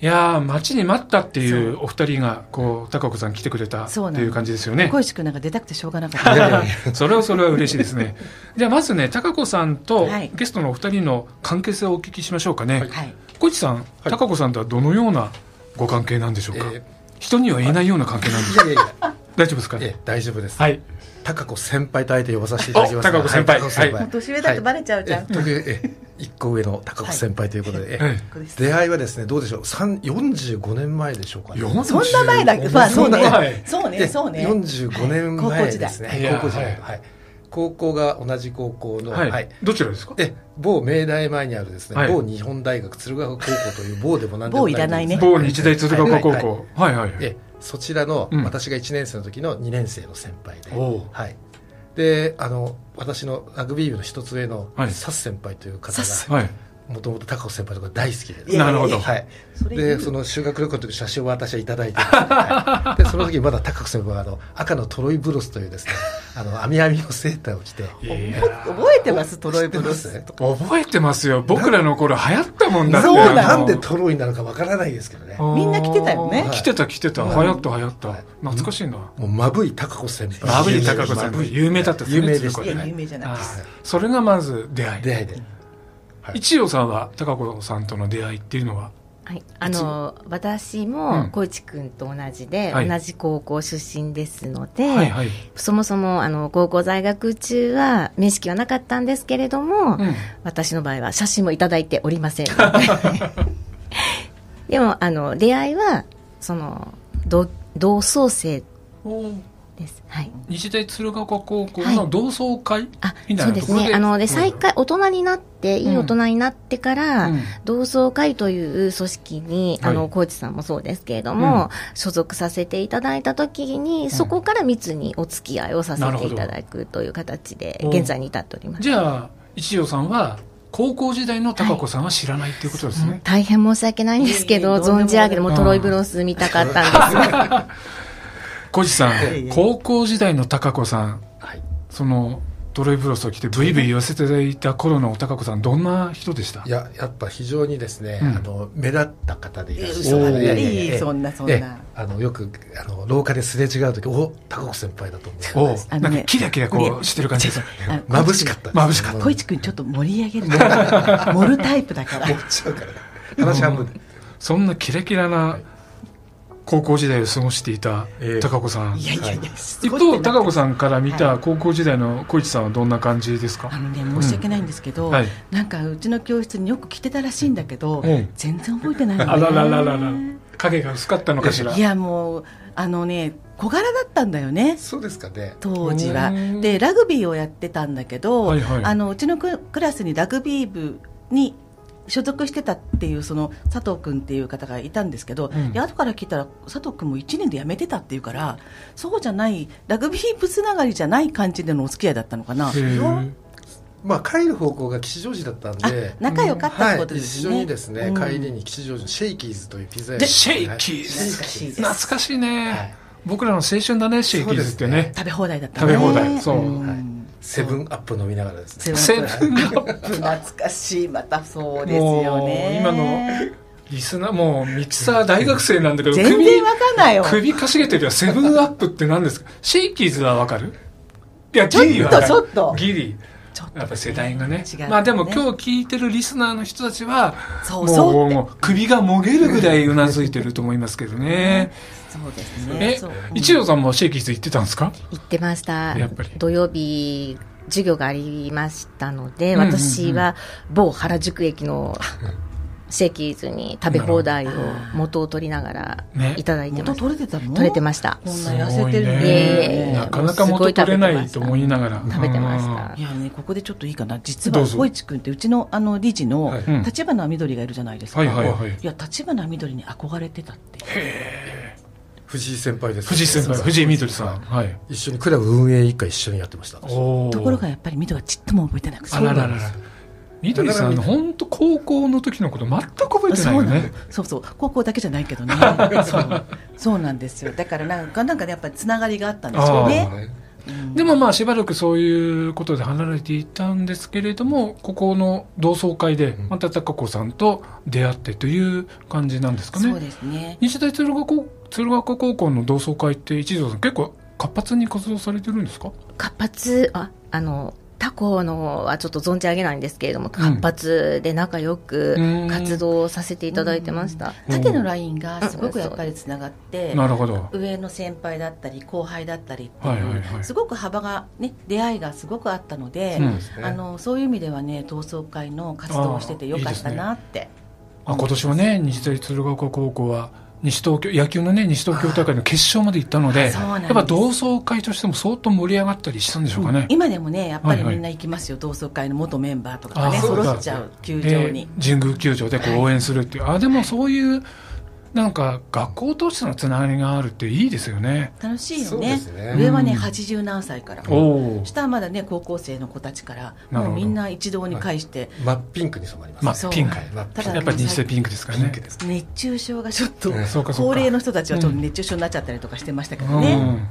Speaker 2: いやー、待ちに待ったっていうお二人が、こう、高岡さん来てくれたって
Speaker 1: そうなんです
Speaker 2: いう感じですよね。
Speaker 1: 小市くんなんか出たくてしょうがなかっ
Speaker 2: いやい
Speaker 1: た
Speaker 2: やそれはそれは嬉しいですね。じゃあまずね、高子さんと
Speaker 1: はい
Speaker 2: ゲストのお二人の関係性をお聞きしましょうかね。
Speaker 1: はい
Speaker 2: 小市さん、高子さんとはどのようなご関係なんでしょうか、
Speaker 3: え
Speaker 2: 人には言えないような関係なんです
Speaker 3: ー
Speaker 2: か
Speaker 3: いやいやいや、
Speaker 2: 大丈夫ですか
Speaker 3: えー大丈夫です。
Speaker 2: はい。
Speaker 3: 高子先輩とあえて呼ばさせていただきます。
Speaker 2: お高子先輩
Speaker 3: はい
Speaker 2: はい
Speaker 1: もう年上だとバレちゃうじゃん
Speaker 3: はいえー特にえー一個上の高子先輩ということで、え
Speaker 2: はい
Speaker 1: ここです
Speaker 3: ー出会いはですね、どうでしょう、三四十五年前でしょうかね。
Speaker 2: 45
Speaker 1: そんな前だけど、まあ、そう
Speaker 2: そんな
Speaker 1: ね
Speaker 2: 前
Speaker 1: そうねそうね
Speaker 3: 四十五年前ですね。
Speaker 2: は
Speaker 3: はいい
Speaker 2: 高
Speaker 3: 高
Speaker 2: 校
Speaker 3: 校
Speaker 2: 時代
Speaker 3: 時代。はい。高校が同じ高校の、
Speaker 2: はい、
Speaker 3: はい。
Speaker 2: どちらですか
Speaker 3: え某明大前にあるですね、
Speaker 2: はい
Speaker 3: 某日本大学鶴ヶ丘高校という某でも何でもない
Speaker 1: 某いらないね
Speaker 2: 某日大鶴ヶ丘高
Speaker 3: はいはいはい
Speaker 2: 校。はいはいはい。
Speaker 3: えそちらの、
Speaker 2: うん
Speaker 3: 私が1年生の時の2年生の先輩で
Speaker 2: おう、
Speaker 3: はい、であの私のラグビー部の一つ上の
Speaker 2: はい
Speaker 3: サス先輩という方
Speaker 1: サス
Speaker 3: が
Speaker 2: はい。
Speaker 3: もともと高尾先輩とか大好きで
Speaker 1: いやいや
Speaker 3: す
Speaker 1: いや
Speaker 2: なるほど。
Speaker 3: はい、
Speaker 1: それ言う
Speaker 3: でその修学旅行の時写真を私はい ただいてるんですね、はいでその時まだ高尾先輩はあの赤のトロイブロスという ですねあの網網のセーターを着て
Speaker 2: いや
Speaker 1: 覚えてますトロイブロ
Speaker 3: 知っ
Speaker 1: ス
Speaker 3: て
Speaker 2: 覚えてますよ。僕らの頃流行ったもんだ
Speaker 3: ま
Speaker 2: っ
Speaker 3: す
Speaker 2: て。
Speaker 1: そうなの
Speaker 3: なんでトロイなのかわからないですけどね
Speaker 2: あの
Speaker 1: みんな来てたよね
Speaker 2: はい来てた来てた。流
Speaker 3: はい
Speaker 2: 行った流行った
Speaker 3: はい。
Speaker 2: 懐かしいな。
Speaker 3: もうまぶい高子先輩
Speaker 2: まぶい高子先輩有名だったですね
Speaker 3: 有名でし
Speaker 2: そ
Speaker 3: た
Speaker 2: う
Speaker 1: い
Speaker 2: で
Speaker 1: や
Speaker 2: す
Speaker 1: 有名じゃない
Speaker 2: あ
Speaker 1: で
Speaker 2: ーそれがまず出会い。
Speaker 3: 出会いではい
Speaker 2: 一葉さんは高子さんとの出会いっていうのは
Speaker 4: はい、あの私
Speaker 2: うん
Speaker 4: も小市君と同じで、
Speaker 2: はい
Speaker 4: 同じ高校出身ですので、
Speaker 2: はいはい、
Speaker 4: そもそもあの高校在学中は面識はなかったんですけれども、
Speaker 2: うん
Speaker 4: 私の場合は写真もいただいておりません でもあの出会いはその同同窓生ですはい
Speaker 2: 日大鶴ヶ丘高校
Speaker 4: は
Speaker 2: の
Speaker 4: い
Speaker 2: 同窓会
Speaker 4: あ
Speaker 2: みた
Speaker 4: そ
Speaker 2: いうな
Speaker 4: で
Speaker 2: と
Speaker 4: す
Speaker 2: ころで,、
Speaker 4: ねあので再開大人になっていい大人になってから、
Speaker 2: うん
Speaker 4: 同窓会という組織に、
Speaker 2: はい
Speaker 4: あの、コーチさんもそうですけれども、所属させていただいたときに、そこから密にお付き合いをさせていただくという形で、
Speaker 2: うん
Speaker 4: 現在に至っております。
Speaker 2: じゃあ一葉さんは高校時代の高子さんは知らないっていうことですね、
Speaker 4: 大変申し訳ないんですけど、
Speaker 1: いえいえとんでもない
Speaker 4: 存じ上げて、もうトロイブロス見たかったんですが、
Speaker 2: 小路さ
Speaker 1: いえ
Speaker 2: ん
Speaker 1: いえ
Speaker 2: 高校時代の高子さん
Speaker 3: はい
Speaker 2: そのドレイブロスを着てブイブイ言わせていただいた頃のお高子さんどんな人でした
Speaker 3: いややっぱ非常にですね、
Speaker 2: うん
Speaker 3: あの目立った方でいらっし
Speaker 1: 嘘
Speaker 3: ゃ
Speaker 1: だ
Speaker 3: る
Speaker 1: ね
Speaker 3: いやいやいや
Speaker 1: いい
Speaker 3: ええ
Speaker 1: そんなそんな
Speaker 3: ええあのよくあの廊下ですれ違う時お高子先輩だと思
Speaker 2: お
Speaker 3: う
Speaker 2: う
Speaker 1: あ
Speaker 2: な
Speaker 1: のね
Speaker 2: んかキラキラこうして る感じです
Speaker 1: あの
Speaker 3: 眩しかった
Speaker 2: 眩しかった
Speaker 1: 小市くんちょっと盛り上げるの盛るタイプだから
Speaker 3: 持っちゃうから話半分で
Speaker 2: そんなキラキラな高校時代を過ごしていた
Speaker 3: ええ
Speaker 2: 高子さん、
Speaker 1: いやいやいや、
Speaker 3: はい
Speaker 2: 一
Speaker 1: すごい
Speaker 2: 方
Speaker 1: ってな
Speaker 2: 高子さんから見
Speaker 1: は
Speaker 2: た高校時代の小市さんはどんな感じですか、
Speaker 1: あのね申し訳ないんですけど、
Speaker 2: はい
Speaker 1: なんかうちの教室によく来てたらしいんだけど、
Speaker 2: うん
Speaker 1: 全然覚えてないのね
Speaker 2: あららららら影が薄かったのかしら
Speaker 1: いやもうあのね小柄だったんだよね
Speaker 3: そうですかね。
Speaker 1: 当時は
Speaker 2: うん
Speaker 1: でラグビーをやってたんだけど、
Speaker 2: はいはい
Speaker 1: あのうちのククラスにラグビー部に所属してたっていうその佐藤君っていう方がいたんですけど、
Speaker 2: うん
Speaker 1: で後から聞いたら佐藤君も1年で辞めてたっていうからそうじゃないラグビー部つながりじゃない感じでのお付き合いだったのかな
Speaker 2: へえ
Speaker 3: まあ帰る方向が吉祥寺だったん
Speaker 1: あ
Speaker 3: で、
Speaker 1: 仲良かったっ
Speaker 3: は
Speaker 1: て
Speaker 3: い
Speaker 1: ことで
Speaker 3: 非
Speaker 1: す
Speaker 3: 常
Speaker 1: ね、
Speaker 3: にですね、
Speaker 1: うん
Speaker 3: 帰りに吉祥寺のシェイキーズというピザ屋
Speaker 1: で
Speaker 2: シェイキーズ
Speaker 1: 懐かしいです
Speaker 2: 懐かしいね、
Speaker 3: はい
Speaker 2: 僕らの青春だねシェイキーズってね
Speaker 1: 食べ放題だった
Speaker 2: 食べ放題そう
Speaker 3: はいセブンアップ飲みながらですね。
Speaker 2: セブンが
Speaker 1: 懐かしいまたそうですよ
Speaker 2: もう
Speaker 1: ね
Speaker 2: 今のリスナーもうミキサー大学生なんだけど
Speaker 1: 全然わかんないよ
Speaker 2: 首かしげてるよセブンアップって何ですかシェイキーズはわかるいや
Speaker 1: ちょっと
Speaker 2: ギリはわかる
Speaker 1: ちょっと
Speaker 2: ギリ
Speaker 1: ちょっとね
Speaker 2: やっぱ世代がね
Speaker 1: 違うね
Speaker 2: まあでも今日聞いてるリスナーの人たちは
Speaker 1: そうそう
Speaker 2: も
Speaker 1: っ
Speaker 2: う
Speaker 1: て
Speaker 2: もう首がもげるぐらいうなずいてると思いますけどね
Speaker 1: そうですね
Speaker 2: え
Speaker 1: そう
Speaker 2: 一条さんもシェイキーズ行ってたんですか
Speaker 4: 行ってました
Speaker 2: やっぱり
Speaker 4: 土曜日授業がありましたので、
Speaker 2: うんうんうん
Speaker 4: 私は某原宿駅のシェーキーズに食べ放題を元を取りながら
Speaker 2: ね
Speaker 4: いただいてま
Speaker 1: 元
Speaker 4: した、
Speaker 1: 取れてたの
Speaker 4: 取れてました
Speaker 1: こん
Speaker 2: す
Speaker 1: な
Speaker 2: ご
Speaker 1: 痩
Speaker 2: い
Speaker 1: せてる
Speaker 4: いえいえ
Speaker 2: ねなかなか元取れないと思いながら
Speaker 4: 食べてました
Speaker 1: いやねここでちょっといいかな実
Speaker 2: ど
Speaker 1: は
Speaker 2: うぞ
Speaker 1: 小市君ってうちのあの理事の
Speaker 3: はい
Speaker 2: うん
Speaker 1: 立花みどりがいるじゃないですか、
Speaker 2: はいはいはい
Speaker 1: や立花みどりに憧れてたって
Speaker 3: 藤井先輩です。
Speaker 2: 藤井先輩藤井みどりさんはい
Speaker 3: 一緒にクラブ運営一課一緒にやってました。
Speaker 2: おー
Speaker 1: ところがやっぱりみどはちっとも覚えてなくて
Speaker 2: あらららら。みどりさん、
Speaker 3: なかなか
Speaker 2: 本当高校の時のこと全く覚えてないよね。
Speaker 1: そうそう高校だけじゃないけど ねそうそうなんですよだからなんかなんかねやっぱりつながりがあったんですよね
Speaker 2: あ
Speaker 1: うん
Speaker 2: でもまあしばらくそういうことで離れていたんですけれども、ここの同窓会で
Speaker 3: うん
Speaker 2: また高子さんと出会ってという感じなんですか
Speaker 1: そう
Speaker 2: ね。
Speaker 1: ですね
Speaker 2: 日大鶴ヶ高鶴ヶ丘高校の同窓会って一条さん結構活発に活動されてるんですか
Speaker 4: 活発ああの他校のはちょっと存じ上げないんですけれども活発で仲良
Speaker 2: うん
Speaker 4: く活動させていただいてました、
Speaker 1: 縦のラインがすごくやっぱりつながって
Speaker 2: なるほど。
Speaker 1: 上の先輩だったり後輩だったりって
Speaker 2: はい
Speaker 1: い
Speaker 2: はいはいう
Speaker 1: すごく幅がね出会いがすごくあったので、
Speaker 2: うん
Speaker 1: あのそういう意味ではね同窓会の活動をしててよかったなって
Speaker 2: あ今年はね、日大鶴ヶ丘高校は西東京、野球のね、西東京大会の決勝まで行ったので、
Speaker 1: そうなんで
Speaker 2: やっ
Speaker 1: す
Speaker 2: ぱ同窓会としても相当盛り上がったりしたんでしょうかね。
Speaker 1: 今でもねやっぱり
Speaker 2: はいはい
Speaker 1: みんな行きますよ、同窓会の元メンバーとかが
Speaker 2: あ
Speaker 1: ね
Speaker 2: そう
Speaker 1: 揃
Speaker 2: か
Speaker 1: っちゃう球場に
Speaker 2: で。神宮球場でこ
Speaker 1: はいう
Speaker 2: 応援するっていう、あでもそういうなんか学校としてのつながりがあるっていいですよね。
Speaker 1: 楽しいよ
Speaker 3: そう
Speaker 1: ね
Speaker 3: ですね
Speaker 1: 上はね
Speaker 2: うん
Speaker 1: 80何歳から
Speaker 2: おー
Speaker 1: 下はまだね高校生の子たちから
Speaker 2: なるほど
Speaker 1: もうみんな一堂に会して、
Speaker 3: 真っピンクに染まります。
Speaker 2: 真
Speaker 1: っ
Speaker 2: ピンク
Speaker 3: はい真っピ
Speaker 1: た
Speaker 3: ンク
Speaker 1: だ
Speaker 2: やっぱり日大ピンクですからね。
Speaker 3: ピンクです
Speaker 1: 熱中症がちょっと
Speaker 3: うん
Speaker 2: そうかそう
Speaker 1: 高
Speaker 2: か。
Speaker 1: 齢の人たちはちょっと熱中症になっちゃったりとかしてましたけ
Speaker 2: う
Speaker 1: ど
Speaker 2: ん
Speaker 1: ね、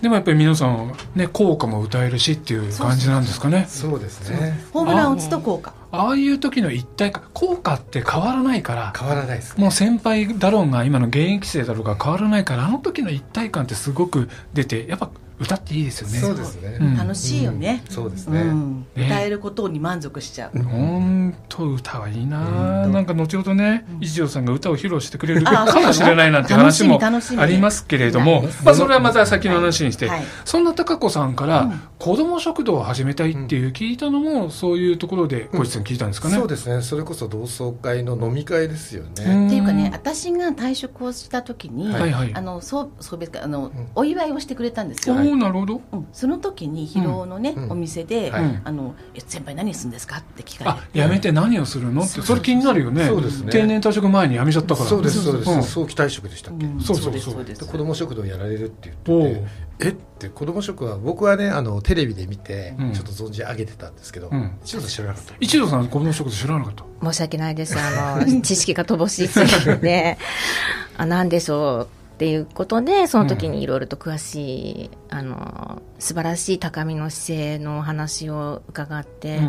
Speaker 2: でもやっぱり皆さんね効果も歌えるしっていう感じなんですかね。
Speaker 3: そうですね。
Speaker 1: ホームラン打つと効果
Speaker 2: ああいう時の一体化効果って変わらないから。
Speaker 3: 変わらないです。
Speaker 2: もう先輩だろうが今の現役生だろうが変わらないからあの時の一体感ってすごく出てやっぱ歌っていいですよね。
Speaker 3: そうですね
Speaker 2: う。ん
Speaker 1: 楽しいよね、
Speaker 3: そうです
Speaker 1: うん
Speaker 3: ね。
Speaker 2: ね
Speaker 1: 歌えることに満足しちゃう、
Speaker 2: 本当歌はいいな、
Speaker 1: う
Speaker 2: ぁ
Speaker 1: ん
Speaker 2: なんか後ほどね、一条さんが歌を披露してくれるかもしれないなんていう
Speaker 1: 楽し
Speaker 2: 話
Speaker 1: み
Speaker 2: も
Speaker 1: 楽しみ
Speaker 2: ありますけれども、まあ、それはまた先の話にして、
Speaker 1: はいはい
Speaker 2: そんな貴子さんか
Speaker 1: う
Speaker 2: ら
Speaker 1: ん
Speaker 2: 子ども食堂を始めたいっていう聞いたのも、そういうところで小石さん聞いたんですかね。
Speaker 3: そうですね。それこそ同窓会の飲み会ですよ
Speaker 2: う
Speaker 3: ね。
Speaker 2: ん
Speaker 1: っていうかね私が退職をした時に、
Speaker 2: はいはい
Speaker 1: あのそう送別会あの、
Speaker 3: ん
Speaker 1: お祝いをしてくれたんです
Speaker 2: お
Speaker 1: よ、
Speaker 2: ーなるほど、
Speaker 1: うんその時に広尾のね、
Speaker 3: うん
Speaker 1: お店で、
Speaker 3: はい
Speaker 2: うん
Speaker 1: あのえ先輩何するんですかって聞か
Speaker 2: あやめて何をするのってそれ気になるよね
Speaker 3: そうですね
Speaker 2: 定年退職前にやめちゃったから
Speaker 3: そうですそうで
Speaker 2: ん
Speaker 3: す。早期退職でした
Speaker 1: れ、
Speaker 3: ってけ。
Speaker 1: うん
Speaker 2: そうそうそう
Speaker 1: ですそうで
Speaker 3: です子ども食堂やられるって
Speaker 2: お
Speaker 3: 言って
Speaker 2: う
Speaker 3: てえって子ども食は僕はねあのテレビで見て
Speaker 2: うん
Speaker 3: ちょっと存じ上げてたんですけど
Speaker 2: うん
Speaker 3: ちょっと知らなかった
Speaker 2: 一条さんは子ども食堂知らなかった
Speaker 4: 申し訳な いです。あの、知識が乏しすぎるので、あ、なんでしょうっていうことで、その時にいろいろと詳しい、あの、素晴らしい高みの姿勢のお話を伺って、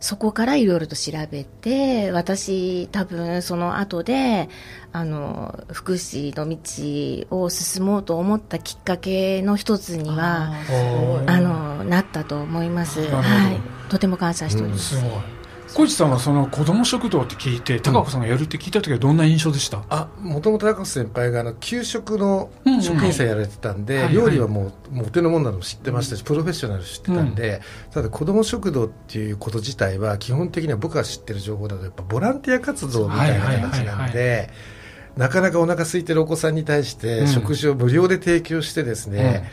Speaker 4: そこからいろいろと調べて、私多分その後で、あの、福祉の道を進もうと思ったきっかけの一つに
Speaker 1: あ
Speaker 4: は、
Speaker 1: ーすごい
Speaker 2: ー
Speaker 4: あの、なったと思います。
Speaker 2: なるほど
Speaker 4: はい。とても感謝しております。
Speaker 2: すごい小市さんはその子供食堂って聞いて高子さんがやるって聞いた時はどんな印象でした、
Speaker 3: あもともと高瀬先輩があの給食の
Speaker 2: うんうん
Speaker 3: 職員さんやられてたんで、
Speaker 2: はい
Speaker 3: 料理はもうもうお手のもんなのも知ってましたし、プロフェッショナル知ってたんで、ただ子ども食堂っていうこと自体は基本的には僕が知ってる情報だとやっぱボランティア活動みたいな形
Speaker 2: はいはいは
Speaker 3: ないん
Speaker 2: は
Speaker 3: で。なかなかお腹空いてるお子さんに対し
Speaker 2: うん
Speaker 3: て食事を無料で提供してですね、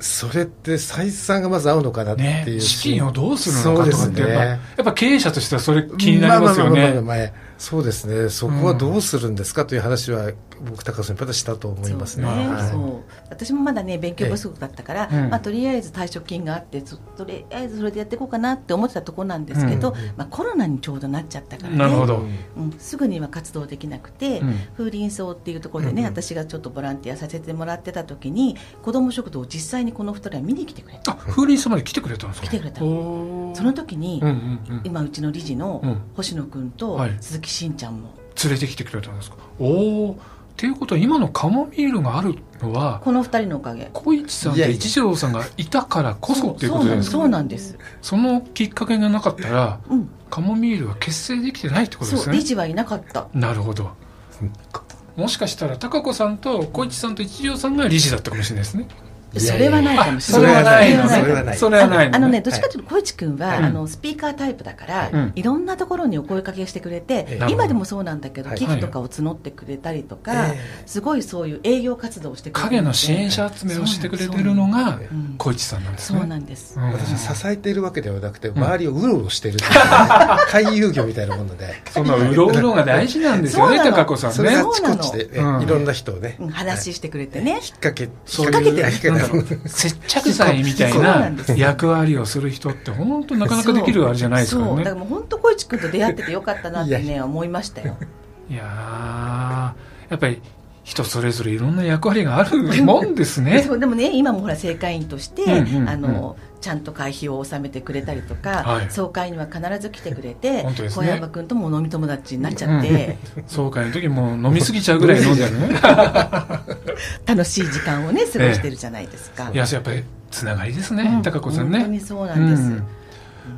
Speaker 3: それって採算がまず合うのかなって
Speaker 2: ね
Speaker 3: いう、、
Speaker 2: 資金をどうするのかとかって
Speaker 3: そうです
Speaker 2: や
Speaker 3: ね
Speaker 2: っぱやっぱ経営者としてはそれ気になりますよ
Speaker 3: まあまあまあ
Speaker 2: ね
Speaker 3: まあまあそうですね。そこはどうするんですかという話は僕高橋先輩としたと思いますね。
Speaker 1: そう
Speaker 2: ね
Speaker 3: はい
Speaker 1: そう私もまだね勉強不足だったから、
Speaker 2: ええうん
Speaker 1: まあ、とりあえず退職金があってそとりあえずそれでやっていこうかなって思ってたところなんですけど、
Speaker 3: うん
Speaker 1: まあ、コロナにちょうどなっちゃったからね
Speaker 2: なるほど
Speaker 1: うん、すぐには活動できなくて、
Speaker 2: うん
Speaker 1: 風林荘っていうところでね、
Speaker 3: うんうん
Speaker 1: 私がちょっとボランティアさせてもらってた時に子ども食堂を実際にこの二人は見に来てくれた
Speaker 2: あ風鈴さんまで来てくれたんですか
Speaker 1: 来てくれた
Speaker 2: おー
Speaker 1: その時に、
Speaker 2: うんうんうん
Speaker 1: 今うちの理事の
Speaker 2: うん
Speaker 1: 星野君と
Speaker 2: はい
Speaker 1: 鈴木しんちゃんも、
Speaker 2: 連れてきてくれたんですかおおっていうことは今のカモミールがあるのは
Speaker 1: この二人のおかげ
Speaker 2: 小市さん
Speaker 3: いや
Speaker 2: と
Speaker 3: いや
Speaker 2: 一郎さんがいたからこそっていうこ
Speaker 1: そ
Speaker 2: と
Speaker 1: う
Speaker 2: じゃ
Speaker 1: な
Speaker 2: ない
Speaker 1: ん
Speaker 2: で
Speaker 1: ですす
Speaker 2: か
Speaker 1: そうなんです、
Speaker 2: そのきっかけがなかったら
Speaker 1: うん、
Speaker 2: カモミールは結成できてないってことで
Speaker 1: そ
Speaker 2: す
Speaker 1: う
Speaker 2: ね
Speaker 1: 理事はいなかった
Speaker 2: なるほどもしかしたら高子さんと小市さんと一条さんが理事だったかもしれないですね
Speaker 3: いや
Speaker 1: そ
Speaker 3: いや
Speaker 1: れはないかもし
Speaker 2: そ
Speaker 1: れ
Speaker 2: れ
Speaker 1: ない
Speaker 2: はないの
Speaker 3: そ
Speaker 2: ね
Speaker 3: れはない
Speaker 2: それはないの
Speaker 1: あのね、どっちかというと、小市君は、
Speaker 2: はい
Speaker 1: あの、スピーカータイプだから、
Speaker 2: うん
Speaker 1: いろんなところにお声かけしてくれて、
Speaker 3: え
Speaker 2: え
Speaker 1: 今でもそうなんだけど、
Speaker 3: はい
Speaker 1: 寄付とかを募ってくれたりとか、
Speaker 3: ええ
Speaker 1: すごいそういう営業活動をしてくれて
Speaker 2: 影の支援者集めをしてくれてるのが
Speaker 1: うん
Speaker 2: 小市さんなんです
Speaker 1: そう
Speaker 2: ね
Speaker 1: なんです。
Speaker 2: うん
Speaker 3: 私は支えているわけではなくて、周りをうろうろしているって いうね回遊魚みたいなもので、
Speaker 2: そのうろうろが大事なんですよね
Speaker 1: そうなの
Speaker 2: 高子さん
Speaker 3: それ
Speaker 2: ね
Speaker 3: があちこちで、
Speaker 2: そうなの
Speaker 3: ねいろんな人をね、
Speaker 1: うん話してくれて
Speaker 3: は
Speaker 1: ね
Speaker 3: い引っ。掛け、引っ
Speaker 2: そう
Speaker 3: 掛け
Speaker 2: い
Speaker 3: て
Speaker 2: う
Speaker 3: は引っ
Speaker 2: なんだ
Speaker 3: 掛
Speaker 2: ろ
Speaker 3: け
Speaker 2: う接着剤みたい
Speaker 1: そうなん
Speaker 2: な
Speaker 1: です
Speaker 2: 役割をする人って本当なかなかできるあれじゃないですか
Speaker 1: そう
Speaker 2: ら
Speaker 1: だ
Speaker 2: ね
Speaker 1: からもう本当小市君と出会っててよかったなって
Speaker 3: いやい
Speaker 1: ね思いましたよ。
Speaker 2: いやーやっぱり人それぞれいろんな役割があるもんですね
Speaker 1: そうでもね今もほら正会員として、
Speaker 2: うんうんうん
Speaker 1: あのちゃんと会費を納めてくれたりとか、
Speaker 2: はい
Speaker 1: 総会には必ず来てくれて、
Speaker 2: 本当です
Speaker 1: 小
Speaker 2: ね
Speaker 1: 山君とも飲み友達になっちゃって、
Speaker 2: 総会の時もう飲みすぎちゃうぐらい飲んでるね
Speaker 1: 楽しい時間をね過ごしてるじゃないですか。
Speaker 2: いややっぱりつながりですね、
Speaker 1: うん
Speaker 2: 高子さん
Speaker 1: 本当
Speaker 2: ね
Speaker 1: にそうなんです。
Speaker 2: うん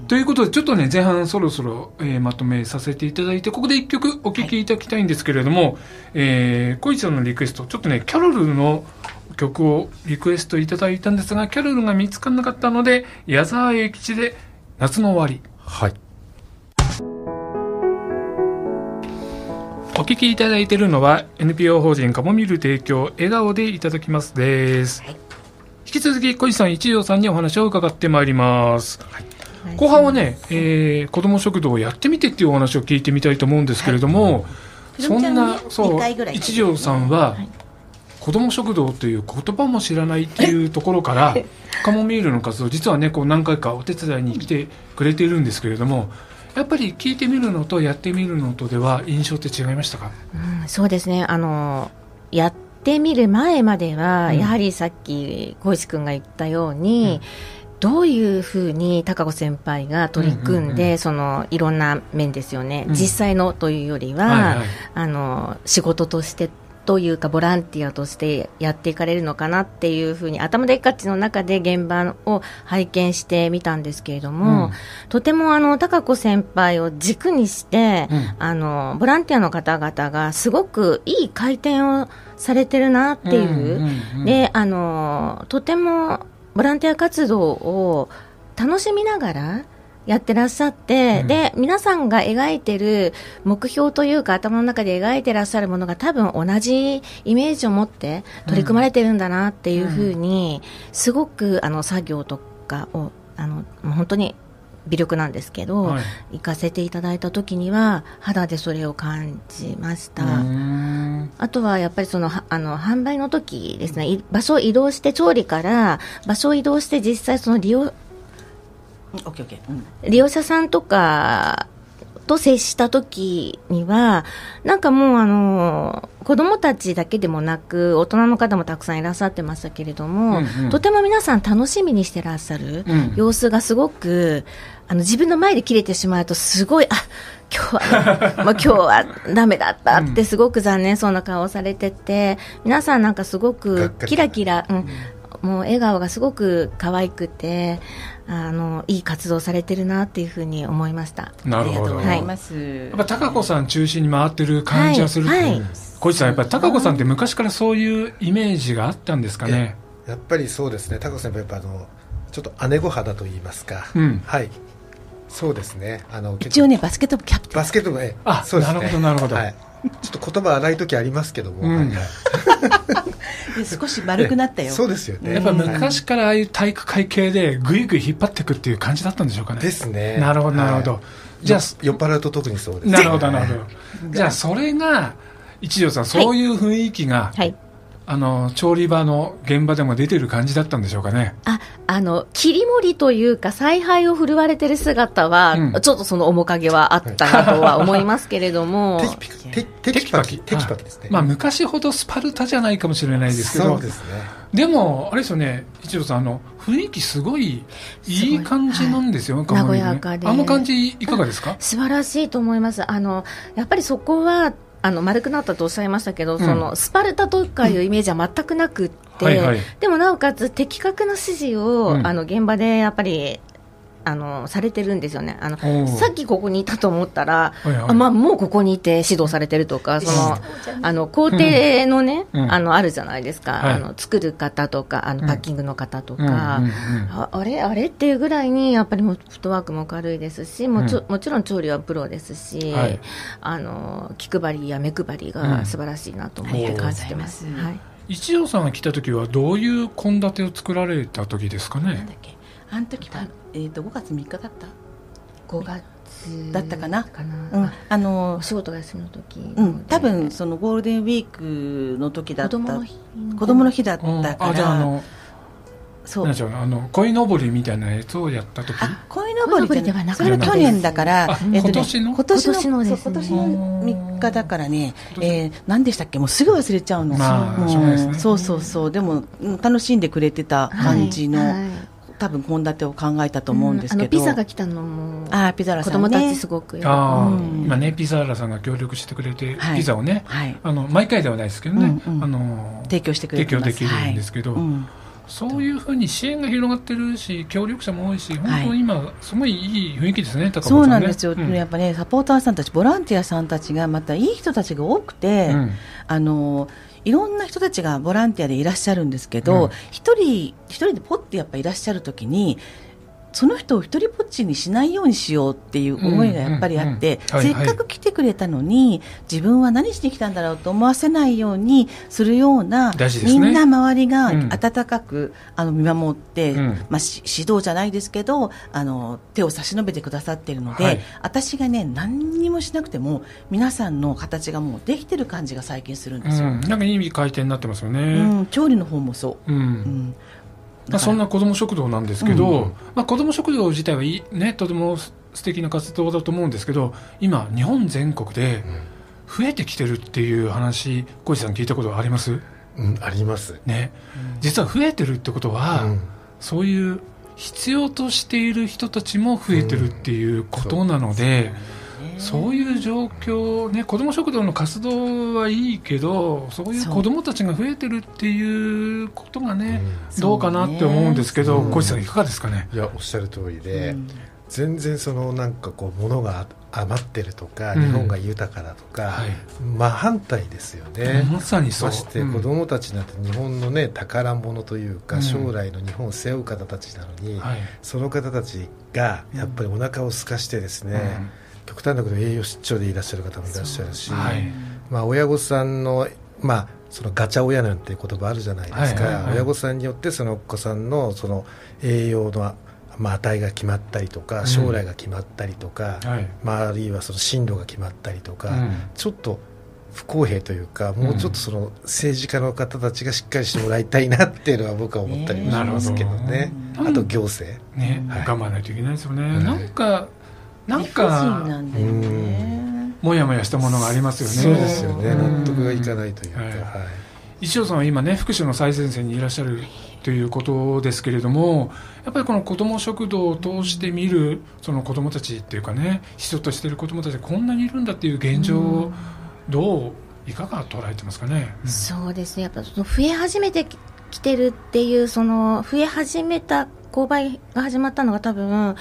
Speaker 2: ということでちょっとね前半そろそろ、えーまとめさせていただいてここで一曲お聴きいただきたいんですけれども、えー小市さんのリクエストちょっとねキャロルの曲をリクエストいただいたんですがキャロルが見つからなかったので矢沢永吉で「夏の終わり」
Speaker 3: はい。
Speaker 2: お聞きいただいているのは NPO 法人カモミール提供笑顔でいただきますです、
Speaker 1: はい
Speaker 2: 引き続き小石さん一条さんにお話を伺ってまいります、
Speaker 4: い
Speaker 2: 後半はね、えー、子ども食堂をやってみてっていうお話を聞いてみたいと思うんですけれども、
Speaker 1: い
Speaker 2: そんな
Speaker 1: ひろみちゃんもね
Speaker 2: そう
Speaker 1: 二回ぐらい
Speaker 2: 一条さんは、
Speaker 4: はい
Speaker 2: 子ども食堂という言葉も知らないっていうところからカモミールの活動実はねこう何回かお手伝いに来てくれているんですけれどもやっぱり聞いてみるのとやってみるのとでは印象って違いましたか
Speaker 4: うんそうですねあのやってみる前までは、
Speaker 2: うん
Speaker 4: やはりさっき小石君が言ったように、どういうふうに高子先輩が取り組んで、
Speaker 2: うんうんうん
Speaker 4: そのいろんな面ですよね、
Speaker 2: うん
Speaker 4: 実際のというよりは、
Speaker 2: はいはい
Speaker 4: あの仕事としてというかボランティアとしてやっていかれるのかなっていうふうに頭でっかちの中で現場を拝見してみたんですけれど
Speaker 2: う
Speaker 4: も、
Speaker 2: ん
Speaker 4: とてもあの高子先輩を軸にして、
Speaker 2: うん
Speaker 4: あのボランティアの方々がすごくいい回転をされてるなっていう。
Speaker 2: んんうん
Speaker 4: であのとてもボランティア活動を楽しみながらやってらっしゃって、
Speaker 2: うん
Speaker 4: で皆さんが描いてる目標というか頭の中で描いてらっしゃるものが多分同じイメージを持って取り組まれてるんだなっていうふうに、すごくあの作業とかをあのもう本当に微力なんですけど、
Speaker 2: はい
Speaker 4: 行かせていただいた時には肌でそれを感じました。
Speaker 2: うーん
Speaker 4: あとはやっぱりそのはあの販売の時ですね、い場所を移動して、調理から場所を移動して、実際、その利用
Speaker 1: うんオッケーオッケー。うん
Speaker 4: 利用者さんとかと接した時には、なんかもう、あの子供たちだけでもなく、大人の方もたくさんいらっしゃってましたけれども、
Speaker 2: うんうん
Speaker 4: とても皆さん、楽しみにしてらっしゃる
Speaker 2: うん
Speaker 4: 様子がすごく、あの自分の前で切れてしまうと、すごい、あ今日は、まあ、今日はダメだったって、すごく残念そうな顔をされてて、皆さんなんかす
Speaker 3: が
Speaker 4: ご
Speaker 3: っ
Speaker 4: く
Speaker 3: かり
Speaker 4: キラキラ、うん、もう笑顔がすごく可愛くてあのいい活動されてるなっていうふうに思いました
Speaker 2: なる
Speaker 1: ありが
Speaker 2: ほ
Speaker 1: とう
Speaker 2: ど。
Speaker 1: ございます。
Speaker 2: やっぱ高子さん中心に回ってる感じがすると、
Speaker 4: はいはい
Speaker 2: 小市さん、やっぱり高子さんって昔からそういうイメージがあったんですかね。
Speaker 3: やっぱりそうですね、タコ先輩、やっぱあのちょっと姉御肌と言いますか、
Speaker 2: うん
Speaker 3: はい、そうですね、あの結
Speaker 1: 一
Speaker 3: 構
Speaker 1: 応ね、バスケット部キャプテン。
Speaker 3: バスケットもね、
Speaker 2: あ
Speaker 3: そうですね、
Speaker 2: なるほどなるほど
Speaker 3: はい、ちょっと言葉荒い時ありますけども、
Speaker 2: うん
Speaker 3: はいはい
Speaker 1: で少し丸くなったよ。
Speaker 3: そうですよね、
Speaker 2: やっぱ
Speaker 3: はい
Speaker 2: 昔からああいう体育会系でぐいぐい引っ張っていくっていう感じだったんでしょうかね。
Speaker 3: ですね、
Speaker 2: なるほど、なるほど。
Speaker 3: はい
Speaker 2: じゃあ、
Speaker 3: 酔っ払うと特にそうです、
Speaker 2: なるほど、なるほど。じゃあ、それが、一条さん、そういう雰囲気が、
Speaker 4: はい
Speaker 2: あの、調理場の現場でも出てる感じだったんでしょうかね。
Speaker 4: ああの切り盛りというか采配を振るわれてる姿は、
Speaker 2: うん
Speaker 4: ちょっとその面影はあったなとは思いますけれども
Speaker 3: テキピクテテキパキ、テキパキですね、
Speaker 2: まあ、昔ほどスパルタじゃないかもしれないですけ
Speaker 3: そ
Speaker 2: ど
Speaker 3: う、ですね、
Speaker 2: でも、あれですよね、一条さん、あの、雰囲気すごい、
Speaker 4: すご
Speaker 2: い
Speaker 4: い
Speaker 2: い感じなんですよ、
Speaker 4: い
Speaker 2: 顔もね
Speaker 4: 和やかで
Speaker 2: あの感じ、いかがですか
Speaker 4: 素晴らしいと思います。あのやっぱりそこはあの丸くなったとおっしゃいましたけど、
Speaker 2: ん
Speaker 4: そのスパルタとかいうイメージは全くなくって、
Speaker 2: はいはい
Speaker 4: でもなおかつ的確な指示を、
Speaker 2: うん
Speaker 4: あの現場でやっぱりあのされてるんですよね。あの
Speaker 2: おう
Speaker 4: さっきここにいたと思ったら、
Speaker 2: はいはい
Speaker 4: あまあもうここにいて指導されてるとか、そのあの工程のね、
Speaker 2: うん
Speaker 4: あのあるじゃないですか。
Speaker 2: はい
Speaker 4: あの作る方とか、あ
Speaker 2: うん
Speaker 4: のパッキングの方と
Speaker 2: うんうん
Speaker 4: か。ああれあれっていうぐらいにやっぱりもうフットワークも軽いですしもちょ、
Speaker 2: うん
Speaker 4: もちろん調理はプロですし、
Speaker 2: はい
Speaker 4: あの気配りや目配り
Speaker 2: うん
Speaker 4: が素晴らしいなと思って感じてます。
Speaker 1: ありがとうござ
Speaker 4: はいい
Speaker 2: 一条さんが来た時は、どういう献立を作られた時ですか
Speaker 1: なん
Speaker 2: ね。
Speaker 1: だっけ。あの時は、えっと、5月3日だった
Speaker 4: 5月
Speaker 1: だったかな
Speaker 4: かな、
Speaker 1: うん。あ
Speaker 4: あお
Speaker 1: の、
Speaker 4: 仕事が休みの時な
Speaker 1: う
Speaker 4: ので
Speaker 1: ん。多分、そのゴールデンウィークの時だ
Speaker 4: 子
Speaker 1: った。
Speaker 4: 供の日
Speaker 1: 子供の
Speaker 4: 日
Speaker 1: 日だっ
Speaker 2: うん
Speaker 1: たか
Speaker 2: あ、じゃあ、あ
Speaker 1: ら。
Speaker 2: の、
Speaker 1: そ
Speaker 2: なん
Speaker 1: う
Speaker 2: で。しょうあの、鯉のぼりみたいなやつをやった時
Speaker 1: あ、鯉のぼりじゃない。そ
Speaker 4: 鯉
Speaker 1: れは
Speaker 4: のぼりではなかった
Speaker 1: 去年だから
Speaker 2: あ、今年の
Speaker 1: 今年の、
Speaker 4: 今年のですね
Speaker 1: そう今年の3日だからね
Speaker 2: う、ん
Speaker 1: えー、何でしたっけ、もうすぐ忘れちゃうの。
Speaker 2: まあ
Speaker 1: うん
Speaker 2: しょうがないですね
Speaker 1: そうそうそう、でも、うん楽しんでくれてた感じの、多分献立を考えたと思うんですけど。
Speaker 4: あのピザが来たのも
Speaker 1: あーピザーラ
Speaker 4: 子
Speaker 1: さんね。
Speaker 4: 供たちすごく喜んで
Speaker 2: ああ、
Speaker 1: うん
Speaker 2: 今ね、ピザーラさんが協力してくれて、
Speaker 1: はい
Speaker 2: ピザをね、
Speaker 1: はい。
Speaker 2: あの、毎回ではないですけどね、
Speaker 1: うんうん
Speaker 2: あの、
Speaker 1: 提供してくれてます。
Speaker 2: 提供できるんですけど
Speaker 1: はいうん
Speaker 2: そういうふうに支援が広がってるし、協力者も多いし、
Speaker 1: はい
Speaker 2: 本当に今、すごいいい雰囲気ですね、高子さん、ね。
Speaker 1: そうなんですよ、
Speaker 2: うん
Speaker 1: やっぱね、サポーターさんたち、ボランティアさんたちが、またいい人たちが多くて、
Speaker 2: うん
Speaker 1: あのいろんな人たちがボランティアでいらっしゃるんですけど、
Speaker 2: うん
Speaker 1: 一人一人でポッてやっぱいらっしゃるときにその人を一人ぼっちにしないようにしようっていう思いがやっぱりあって、
Speaker 2: うんうんうんはい
Speaker 1: せっかく来てくれたのに自分は何しに来たんだろうと思わせないようにするような、
Speaker 2: 大事です
Speaker 1: み
Speaker 2: ね
Speaker 1: んな周りが
Speaker 2: うん
Speaker 1: 温かく、あの見守って、
Speaker 2: うん
Speaker 1: まあ、し指導じゃないですけどあの手を差し伸べてくださっているので、
Speaker 2: はい
Speaker 1: 私がね何にもしなくても皆さんの形がもうできてる感じが最近するんですよ。
Speaker 2: うんなんかいい回転になってますよね。
Speaker 1: うん、調理の方もそうう。うんん、
Speaker 2: まあ、そん
Speaker 1: な
Speaker 2: な子ども食堂なんですけど、
Speaker 3: うん
Speaker 2: まあ、子ども食堂自体はいい、ね、とても素敵な活動だと思うんですけど今、日本全国で増えてきてるっていう話小石さん聞いたことあります、
Speaker 3: うん、あります。
Speaker 2: ね、実は増えてるってことは、
Speaker 3: うん
Speaker 2: そういう必要としている人たちも増えてるっていうことなので、そういう状況、ね、子ども食堂の活動はいいけどそういう
Speaker 1: そう
Speaker 2: 子どもたちが増えてるっていうことがね、
Speaker 1: うん
Speaker 2: どうかなって思うんですけど、
Speaker 3: そうね
Speaker 2: 小石さん、いかがですかね。
Speaker 3: いやおっしゃる通りで、
Speaker 1: うん
Speaker 3: 全然そのなんかこう物が余ってるとか、
Speaker 2: うん
Speaker 3: 日本が豊かだとか、
Speaker 2: はい
Speaker 3: 真反対ですよね。
Speaker 2: まさにそう
Speaker 3: まして
Speaker 2: うん
Speaker 3: 子供たちなんて日本のね宝物という
Speaker 2: う
Speaker 3: か
Speaker 2: ん
Speaker 3: 将来の日本を背負う方たちなのに、
Speaker 2: はい
Speaker 3: その方たちがやっぱりお腹を空かしてですね、極端なこと栄養失調でいらっしゃる方もいらっしゃるし、
Speaker 2: うんはい
Speaker 3: まあ、親御さんの,、まあそのガチャ親なんて言葉あるじゃないですか、
Speaker 2: はいはいはい
Speaker 3: 親御さんによってそのお子さんのその栄養の、まあ、値が決まったりと
Speaker 2: う
Speaker 3: か
Speaker 2: ん
Speaker 3: 将来が決まったりとか、
Speaker 2: はい
Speaker 3: まあ、あるいはその進路が決まったりとか、
Speaker 2: うん
Speaker 3: ちょっと不公平というかもうちょっとその政治家の方たちがしっかりしてもらいたいなっていうのは僕は思ったりもしますけどね
Speaker 1: ね、
Speaker 2: え
Speaker 3: あと行政、
Speaker 2: ね、
Speaker 3: はい
Speaker 2: 頑張らないといけないですよね、
Speaker 3: い
Speaker 2: なんかなん
Speaker 1: 理不尽な
Speaker 2: か
Speaker 1: んだよね。
Speaker 2: もやもやしたものがありますよね
Speaker 3: そうですよね
Speaker 2: うん
Speaker 3: 納得がいかないというか、
Speaker 2: はい
Speaker 3: はい
Speaker 2: 一条さんは今ね福祉の最前線にいらっしゃるということですけれどもやっぱりこの子ども食堂を通して見るその子どもたちっていうかね人としている子どもたちがこんなにいるんだっていう現状をどういかが捉えてますかね、
Speaker 4: そうですね、やっぱその増え始めて来てるっていうその増え始めた購買が始まったのが多分、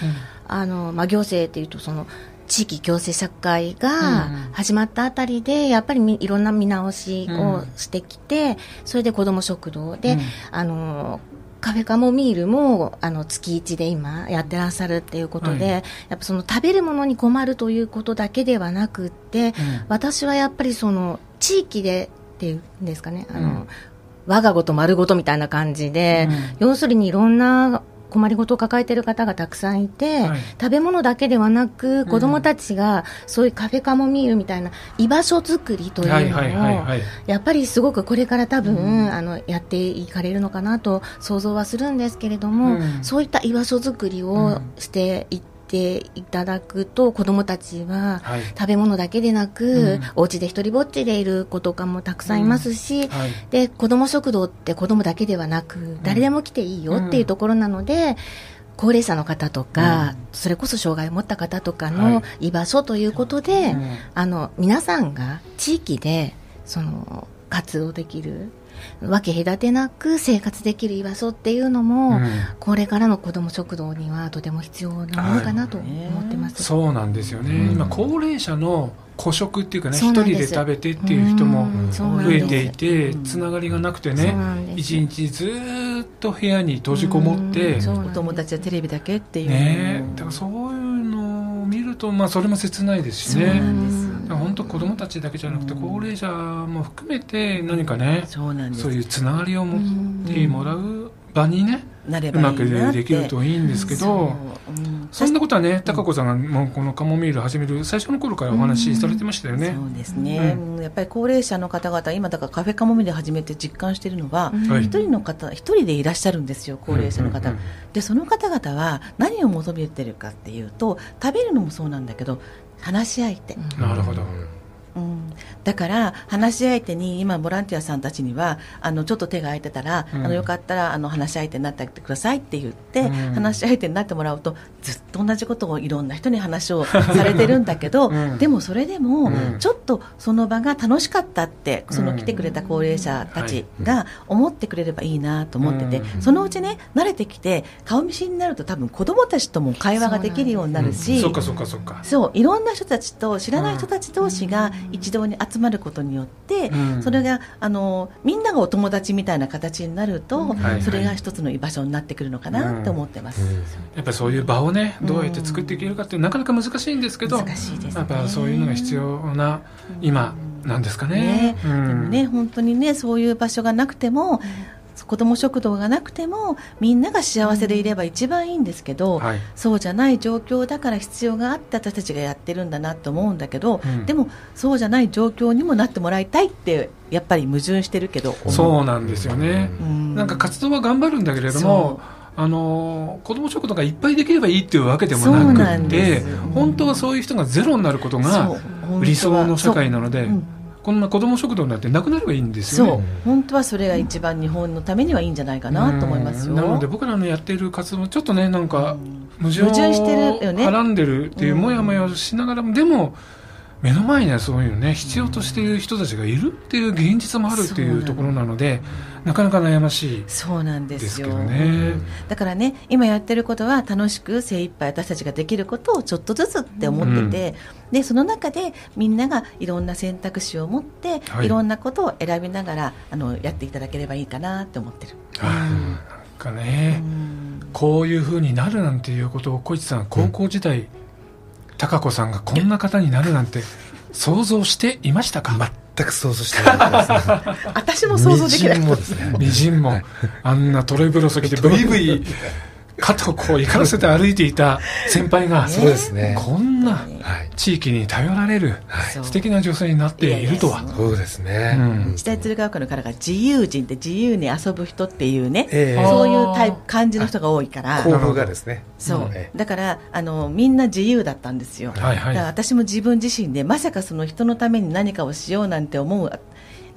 Speaker 4: あのまあ、行政っていうとその地域行政社会が始まったあたりで、やっぱりみいろんな見直しをしてきて、それで子ども食堂で、
Speaker 2: うん
Speaker 4: あのカフェカモミールもあの月1で今やってらっしゃるっていうことで、
Speaker 2: はい
Speaker 4: やっぱその食べるものに困るということだけではなくって、私はやっぱりその地域でっていうんですかねあの、
Speaker 2: うん
Speaker 4: 我がごと丸ごとみたいな感じで、要するにいろんな困りごとを抱えている方がたくさんいて、
Speaker 2: はい
Speaker 4: 食べ物だけではなく子どもたちがそういうカフェカモミールみたいな居場所作りというのを、
Speaker 2: はいはいはいはい。
Speaker 4: やっぱりすごくこれから多分、あのやっていかれるのかなと想像はするんですけれども、
Speaker 2: うん
Speaker 4: そういった居場所づくりをしていっていただくと、子どもたちは
Speaker 2: はい
Speaker 4: 食べ物だけでなく、
Speaker 2: うん
Speaker 4: お家で一人ぼっちでいる子とかもたくさんいますし、
Speaker 2: はい
Speaker 4: で子ども食堂って子どもだけではなく誰でも来ていいよっていうところなので、高齢者の方とか、それこそ障害を持った方とか
Speaker 2: は
Speaker 4: の居場所ということで、
Speaker 2: うん
Speaker 4: あの皆さんが地域でその活動できる分け隔てなく生活できる居場所っていうのも、
Speaker 2: うん
Speaker 4: これからの子ども食堂にはとても必要なものかなと思ってます。
Speaker 2: そうなんですよね、
Speaker 3: うん
Speaker 2: 今高齢者の孤食っていうかね
Speaker 4: そ
Speaker 2: 一
Speaker 4: うな
Speaker 2: 人
Speaker 4: んです
Speaker 2: で食べてっていう人も
Speaker 4: うんそうなん
Speaker 2: 増
Speaker 4: で
Speaker 2: え
Speaker 4: す
Speaker 2: ていて
Speaker 1: うん
Speaker 2: つながりがなくて
Speaker 4: そう
Speaker 2: ね
Speaker 4: なんです
Speaker 2: 一日ずーっと部屋に閉じこもって、
Speaker 4: うんそうなん
Speaker 1: お
Speaker 4: です
Speaker 1: 友達はテレビだけっていう。
Speaker 2: ねだからそういうのを見ると、まあ、それも切ないですし
Speaker 1: そうな
Speaker 2: ね
Speaker 1: んですよ
Speaker 2: だから本当子どもたちだけじゃなくて
Speaker 1: うん
Speaker 2: 高齢者も含めて何かね
Speaker 1: そうなんです
Speaker 2: そういうつながりを
Speaker 4: う
Speaker 2: 持
Speaker 4: ん
Speaker 2: ってもらう場にね
Speaker 1: なれ
Speaker 2: う
Speaker 1: ばい
Speaker 2: ま
Speaker 1: い
Speaker 2: く
Speaker 1: なって
Speaker 2: できるといいんですけど。
Speaker 1: そううん
Speaker 2: そんなことはね、高子さんがもうこのカモミール始める最初の頃からお話しされてましたよね。
Speaker 1: そうですね、うんやっぱり高齢者の方々今だからカフェカモミで始めて実感してるのは
Speaker 2: はい
Speaker 1: 一、人の方一人でいらっしゃるんですよ高齢者の方、
Speaker 2: うんうん
Speaker 1: でその方々は何を求めてるかっていうと食べるのもそうなんだけど話し相手、
Speaker 2: なるほど。
Speaker 1: うん、だから話し相手に今ボランティアさんたちにはあのちょっと手が空いてたら、
Speaker 2: うん
Speaker 1: あのよかったらあの話し相手になってくださいって言って、
Speaker 2: うん
Speaker 1: 話し相手になってもらうとずっと同じことをいろんな人に話をされてるんだけど、
Speaker 2: うん
Speaker 1: でもそれでも
Speaker 2: うん
Speaker 1: ちょっとその場が楽しかったってその来てくれた高齢者たちが思ってくれればいいなと思ってて、
Speaker 2: うん
Speaker 1: そのうちね慣れてきて顔見知りになると多分子どもたちとも会話ができるようになるし。
Speaker 2: そっかそっかそっか。
Speaker 1: そういろんな人たちと知らない人たち同士が一堂に集まることによって、
Speaker 2: うん
Speaker 1: それがあのみんながお友達みたいな形になると、
Speaker 2: はい
Speaker 1: それが一つの居場所になってくるのかなって思ってます。
Speaker 2: やっぱりそういう場をね、どうやって作っていけるかってなかなか難しいんですけど、
Speaker 1: 難しいですね
Speaker 2: やっぱそういうのが必要な今なんですか
Speaker 1: ね。
Speaker 2: ねう
Speaker 1: で
Speaker 2: ん
Speaker 1: もね、本当にねそういう場所がなくても、子ども食堂がなくてもみんなが幸せでいれば一番いいんですけど、
Speaker 2: はい。
Speaker 1: そうじゃない状況だから必要があって私たちがやってるんだなと思うんだけど、
Speaker 2: うん
Speaker 1: でもそうじゃない状況にもなってもらいたいってやっぱり矛盾してるけど
Speaker 2: そうなんですよね。
Speaker 1: うん
Speaker 2: なんか活動は頑張るんだけれども
Speaker 1: そ、
Speaker 2: あのー子ども食堂がいっぱいできればいいっていうわけでも
Speaker 1: そう
Speaker 2: な
Speaker 1: な
Speaker 2: く
Speaker 1: ん
Speaker 2: て
Speaker 1: です
Speaker 2: 本当はそういう人がゼロになること
Speaker 1: そう
Speaker 2: が
Speaker 1: 本当は
Speaker 2: 理想の社会なの
Speaker 1: そ
Speaker 2: で、
Speaker 1: ううん
Speaker 2: こんな子ども食堂なんてなくなればいいんですよね。
Speaker 1: そう本当はそれが一番日本のためにはいいんじゃないかなと思いますよ。
Speaker 2: うんなので僕らのやっている活動もちょっとねなんか矛盾を
Speaker 1: 矛盾してるよね
Speaker 2: はらんでるっていう
Speaker 1: うん
Speaker 2: もやもやをしながらもでも目の前にはそういうね必要としている人たちがいるっていう現実もあるってい
Speaker 1: そうな
Speaker 2: う
Speaker 1: の
Speaker 2: ところなのでなかなか悩ましい
Speaker 1: そうなんで
Speaker 2: ですす
Speaker 1: よ
Speaker 2: けどね。
Speaker 1: だからね今やってることは楽しく精一杯私たちができることをちょっとずつって思ってて、でその中でみんながいろんな選択肢を持って、
Speaker 2: はい
Speaker 1: い、ろんなことを選びながらあのやっていただければいいかなって思ってる。
Speaker 2: あーなんかねこういうふうになるなんていうことを小市さん高校時代高子さんがこんな方になるなんて想像していましたか
Speaker 3: 全く想像してなかったですね
Speaker 1: 私も想像できない
Speaker 3: みじんもですね
Speaker 2: みじんも、あんなトレブロソ着てブイブイ肩をこういからせて歩いていた先輩が、
Speaker 3: そうですね
Speaker 2: こんな
Speaker 3: はい
Speaker 2: 地域に頼られる
Speaker 1: そう
Speaker 2: 素敵な女性になっていると
Speaker 1: い
Speaker 2: は
Speaker 1: やい。
Speaker 3: そうですね
Speaker 2: うん
Speaker 3: うん
Speaker 1: 時代鶴ヶ丘のからが自由人って自由に遊ぶ人っていうね、
Speaker 3: ええ
Speaker 1: そういうタイプ感じの人が多いから
Speaker 3: 興奮がですね
Speaker 1: そう
Speaker 3: ええ
Speaker 1: だからあのみんな自由だったんですよ、
Speaker 2: はいは
Speaker 1: だから
Speaker 2: い。
Speaker 1: 私も自分自身でまさかその人のために何かをしようなんて思うあ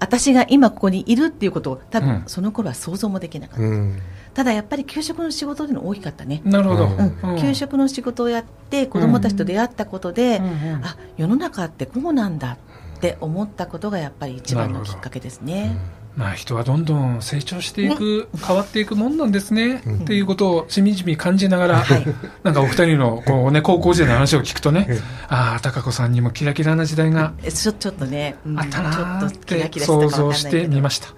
Speaker 1: 私が今ここにいるっていうことを多
Speaker 2: う
Speaker 1: 分
Speaker 2: ん
Speaker 1: その頃は想像もできなかった、
Speaker 3: うん
Speaker 1: ただやっぱり給食の仕事というのは大きかったね、
Speaker 2: なるほど。
Speaker 3: うん
Speaker 1: うん給食の仕事をやって子どもたちと出会ったことで、
Speaker 2: うんうんうん
Speaker 1: あ世の中ってこうなんだって思ったことがやっぱり一番のきっかけですね。
Speaker 2: まあ、人はどんどん成長していく、変わっていくもんなんですね、っていうことをしみじみ感じながら、なんかお二人のこう、ね、高校時代の話を聞くとね、ああ、貴子さんにもキラキラな時代が
Speaker 1: え ちょちょっとね、うん
Speaker 2: あったな
Speaker 1: ちょ
Speaker 2: ー
Speaker 1: っ
Speaker 2: っ
Speaker 1: とキラキラしたか
Speaker 2: て想
Speaker 1: わかん
Speaker 2: 像
Speaker 1: ない
Speaker 2: し
Speaker 1: けど
Speaker 2: てみました。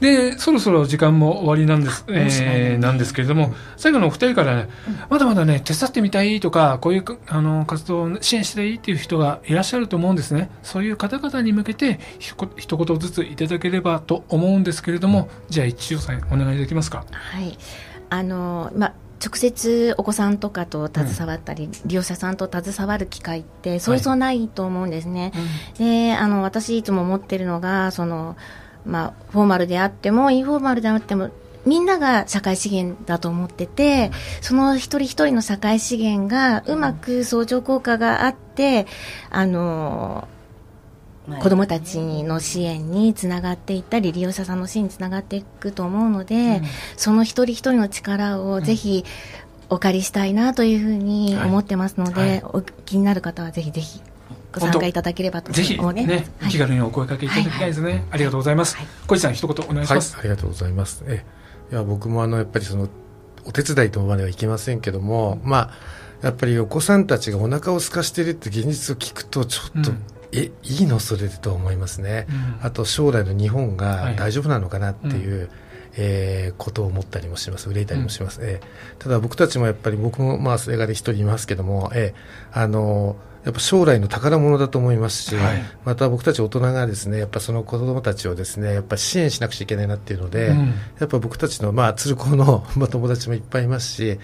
Speaker 2: で、そろそろ時間も終わりなんです、えーなんですけれども、最後のお二人からね、まだまだね、手伝ってみたいとか、こういうかあの活動を支援したいっていう人がいらっしゃると思うんですね。そういう方々に向けて、ひこ一言ずついただければと思うんですけれども、じゃあ一応さんお願いできますか。
Speaker 4: はい、あのまあ直接お子さんとかと携わったり、利用者さんと携わる機会ってそうそうないと思うんですね、であの私いつも思ってるのがその、まあ、フォーマルであってもインフォーマルであってもみんなが社会資源だと思ってて、その一人一人の社会資源がうまく相乗効果があって、あ
Speaker 1: は
Speaker 4: の
Speaker 1: い
Speaker 4: 子どもたちの支援につながっていったり利用者さんの支援につながっていくと思うので、その一人一人の力をぜひお借りしたいなというふうに思ってますので、
Speaker 2: はい
Speaker 4: お気になる方はぜひぜひご参加いただければと
Speaker 2: ぜひ
Speaker 4: 思って
Speaker 2: ね、
Speaker 4: ます。はい
Speaker 2: 気軽にお声掛けいただきたいですね。ありがとうございます。小路さん、一言お願いし
Speaker 3: はい
Speaker 2: ます。、
Speaker 3: ありがとうございます。えいや僕もあのやっぱりそのお手伝いとまではいきませんけども、まあやっぱりお子さんたちがお腹を空かしてるって現実を聞くとちょっと、
Speaker 2: うん
Speaker 3: えいいのそれでと思いますね。
Speaker 2: うん
Speaker 3: あと将来の日本
Speaker 2: は
Speaker 3: が
Speaker 2: い
Speaker 3: 大丈夫なのかなっていう。
Speaker 2: う
Speaker 3: えーことを思ったりもします、憂いたりもします、えーただ僕たちもやっぱり、僕もまあ、映画で一人いますけども、えーあのーやっぱ将来の宝物だと思いますし、
Speaker 2: はい
Speaker 3: また僕たち大人がですね、やっぱその子供たちをですね、やっぱ支援しなくちゃいけないなっていうので、
Speaker 2: うん
Speaker 3: やっぱ僕たちの、まあ、鶴子の まあ友達もいっぱいいますし、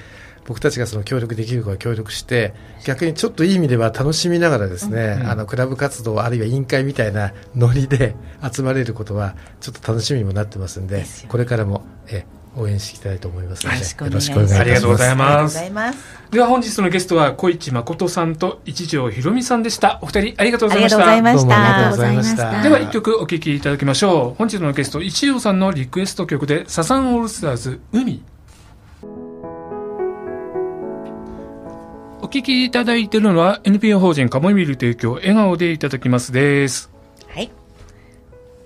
Speaker 3: 僕たちがその協力できる子は協力して、逆にちょっといい意味では楽しみながらですね、
Speaker 2: うん
Speaker 3: あの、クラブ活動、あるいは委員会みたいなノリで集まれることは、ちょっと楽しみにもなってますんで、
Speaker 1: ですよね
Speaker 3: これからも、え、応援していきたいと思いますので、
Speaker 1: よろしくお願いします。
Speaker 2: ありがとうございます
Speaker 1: ありがとうございます。
Speaker 2: では本日のゲストは小市誠さんと一条ひろみさんでした。お二人ありがとうご
Speaker 1: あ
Speaker 2: ざい
Speaker 1: りが
Speaker 2: まし
Speaker 1: とうござ
Speaker 2: た
Speaker 1: い。まし
Speaker 3: どうもありがとうご
Speaker 1: た。
Speaker 3: ざいました
Speaker 2: で
Speaker 4: ありがとうございました
Speaker 2: は一曲お聴きいただきましょう。本日のゲスト、一葉さんのリクエスト曲で、サザンオールスターズ、海。お聴きいただいているのは、NPO 法人カモミール提供、笑顔でいただきますです。
Speaker 1: はい。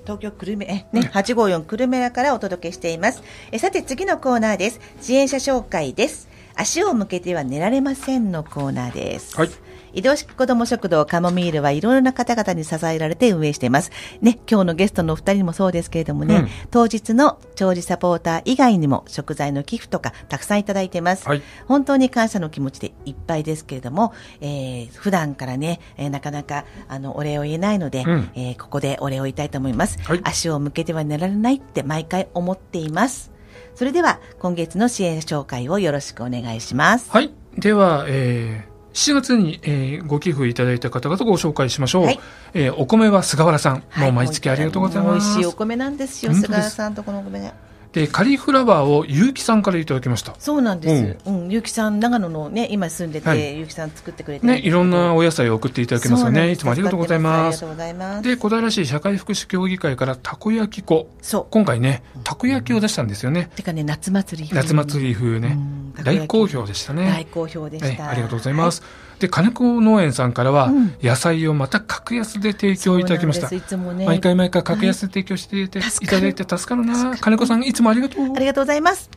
Speaker 1: 東京久留米、えね、854久留米らからお届けしています。えさて次のコーナーです。支援者紹介です。足を向けては寝られませんのコーナーです。
Speaker 2: はい
Speaker 1: 移動式子ども食堂カモミールはいろいろな方々に支えられて運営しています。ね、今日のゲストのお二人もそうですけれどもね、
Speaker 2: うん
Speaker 1: 当日の調理サポーター以外にも食材の寄付とかたくさんいただいてます。
Speaker 2: はい
Speaker 1: 本当に感謝の気持ちでいっぱいですけれども、えー普段からね、えーなかなかあのお礼を言えないので、
Speaker 2: うん
Speaker 1: えーここでお礼を言いたいと思います、
Speaker 2: はい
Speaker 1: 足を向けては寝られないって毎回思っていますそれでは今月の支援紹介をよろしくお願いします
Speaker 2: はい。では、えー7月に、えーご寄付いただいた方々ご紹介しましょう。
Speaker 1: はい
Speaker 2: えーお米は菅原さん。
Speaker 1: はい
Speaker 2: もう毎月ありがとうございます。
Speaker 1: 美味しいお米なんですよ
Speaker 2: 本当で
Speaker 1: 菅
Speaker 2: す
Speaker 1: 原さんとこのお米が
Speaker 2: で、カリフラワーを結城さんからいただきました。
Speaker 1: そうなんです、うんゆうきさん長野のね今住んでて、
Speaker 2: はい
Speaker 1: ゆうきさん作ってくれて
Speaker 2: ね、いろんな
Speaker 1: お
Speaker 2: お野菜を送っていただけますよね。いつもありがとうございま
Speaker 1: ありがと
Speaker 2: す
Speaker 1: う。ございます
Speaker 2: で、小平市社会福祉協議会からたこ焼き粉。
Speaker 1: そう
Speaker 2: 今回ね、たこ焼きを出したんですよね。
Speaker 1: てかね夏祭り
Speaker 2: 夏祭り風ね
Speaker 1: うん。
Speaker 2: 大好評でした
Speaker 1: 大
Speaker 2: ね。
Speaker 1: 好評で
Speaker 2: え
Speaker 1: し
Speaker 2: え
Speaker 1: た、
Speaker 2: ありがとうございます。で、金子農園さんからは
Speaker 1: うん、
Speaker 2: 野菜をまた格安で提供いただきました
Speaker 1: そうなんです。いつもね
Speaker 2: 毎回毎回格安で提供していた
Speaker 1: はい
Speaker 2: いただいて助かるな。金子さんいつもありがとう
Speaker 1: あ。りがとうございます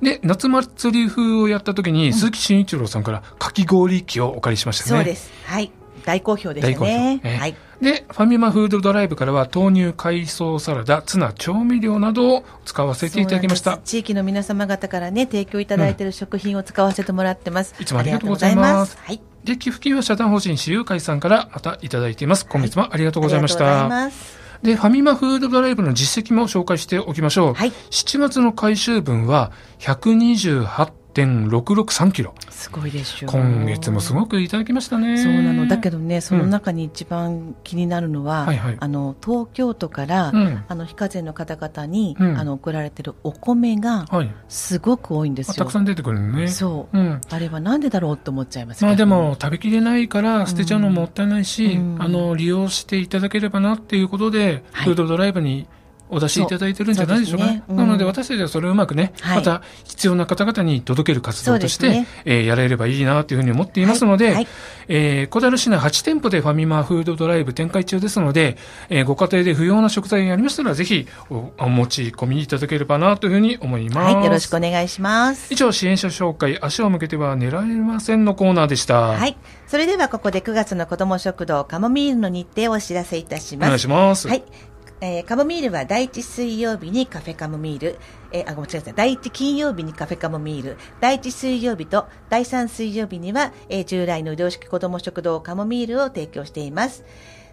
Speaker 2: で、夏祭り風をやった時に、鈴木慎一郎さんからかき氷機をお借りしましたね。
Speaker 1: そうです。はい。大好評で
Speaker 2: 大
Speaker 1: した
Speaker 2: 好評、
Speaker 1: ね。
Speaker 2: ええ
Speaker 1: はい。
Speaker 2: で、ファミマフードドライブからは豆乳、海藻サラダ、ツナ、調味料などを使わせていただきまし
Speaker 1: そう
Speaker 2: た
Speaker 1: なんで。す地域の皆様方からね、提供いただいている食品を使わせてもらってます。
Speaker 2: いつもありがとうございます
Speaker 1: ありがとう
Speaker 2: で、寄付金は社団法人私有会さんからまたいただいています。今月もありがとう
Speaker 1: ご
Speaker 2: ご
Speaker 1: ざ
Speaker 2: ざ
Speaker 1: い
Speaker 2: い
Speaker 1: ま。
Speaker 2: ますし
Speaker 1: はい。ありがとうございま
Speaker 2: た。
Speaker 1: す。
Speaker 2: で、ファミマフードドライブの実績も紹介しておきましょう。
Speaker 1: はい
Speaker 2: 7月の回収分は128.663キロ。
Speaker 1: すごいでしょう。
Speaker 2: 今月もすごくいただきましたね。
Speaker 1: そうなの。だけ
Speaker 2: ど。
Speaker 1: どね、その中に一番気になるのは、
Speaker 2: はいはい
Speaker 1: あの、東京都から、
Speaker 2: うん
Speaker 1: あの、非課税の方々に、
Speaker 2: うん
Speaker 1: あの、送られてるお米が、
Speaker 2: はい。
Speaker 1: すごく多いんで
Speaker 2: あ
Speaker 1: す
Speaker 2: た
Speaker 1: よ。
Speaker 2: くさん出てくるのね。
Speaker 1: そう。
Speaker 2: うん。
Speaker 1: あれはなんでだろうと思っちゃいますけど
Speaker 2: まあでも食べきれないから捨てちゃうのもったいないし、
Speaker 1: うん
Speaker 2: あの利用していただければなっていうことで、
Speaker 1: はい
Speaker 2: フードドライブにお出しいただいてるんじゃないでしょうか、
Speaker 1: そうそうですねうん
Speaker 2: なので私たちはそれをうまくね、
Speaker 1: はい
Speaker 2: また必要な方々に届ける活動とし
Speaker 1: そ
Speaker 2: て、
Speaker 1: うです
Speaker 2: えーやれればいいなというふうに思っていますので、
Speaker 1: はいはい
Speaker 2: えー小樽市内8店舗でファミマフードドライブ展開中ですので、えーご家庭で不要な食材がありましたらぜひおお持ち込みいただければなというふうに思います、
Speaker 1: はい、よろしくお願いします
Speaker 2: 以。上支援者紹介足を向けては狙えませんのコーナーでした
Speaker 1: はい。それではここで9月の子ども食堂カモミールの日程をお知らせいたし
Speaker 2: お
Speaker 1: ます。
Speaker 2: 願いします
Speaker 1: はい。えーカモミールは第一水曜日にカフェカモミール、えーあ、ごめんなさい。第一金曜日にカフェカモミール、第一水曜日と第三水曜日には、えー従来の良式子ども食堂カモミールを提供しています。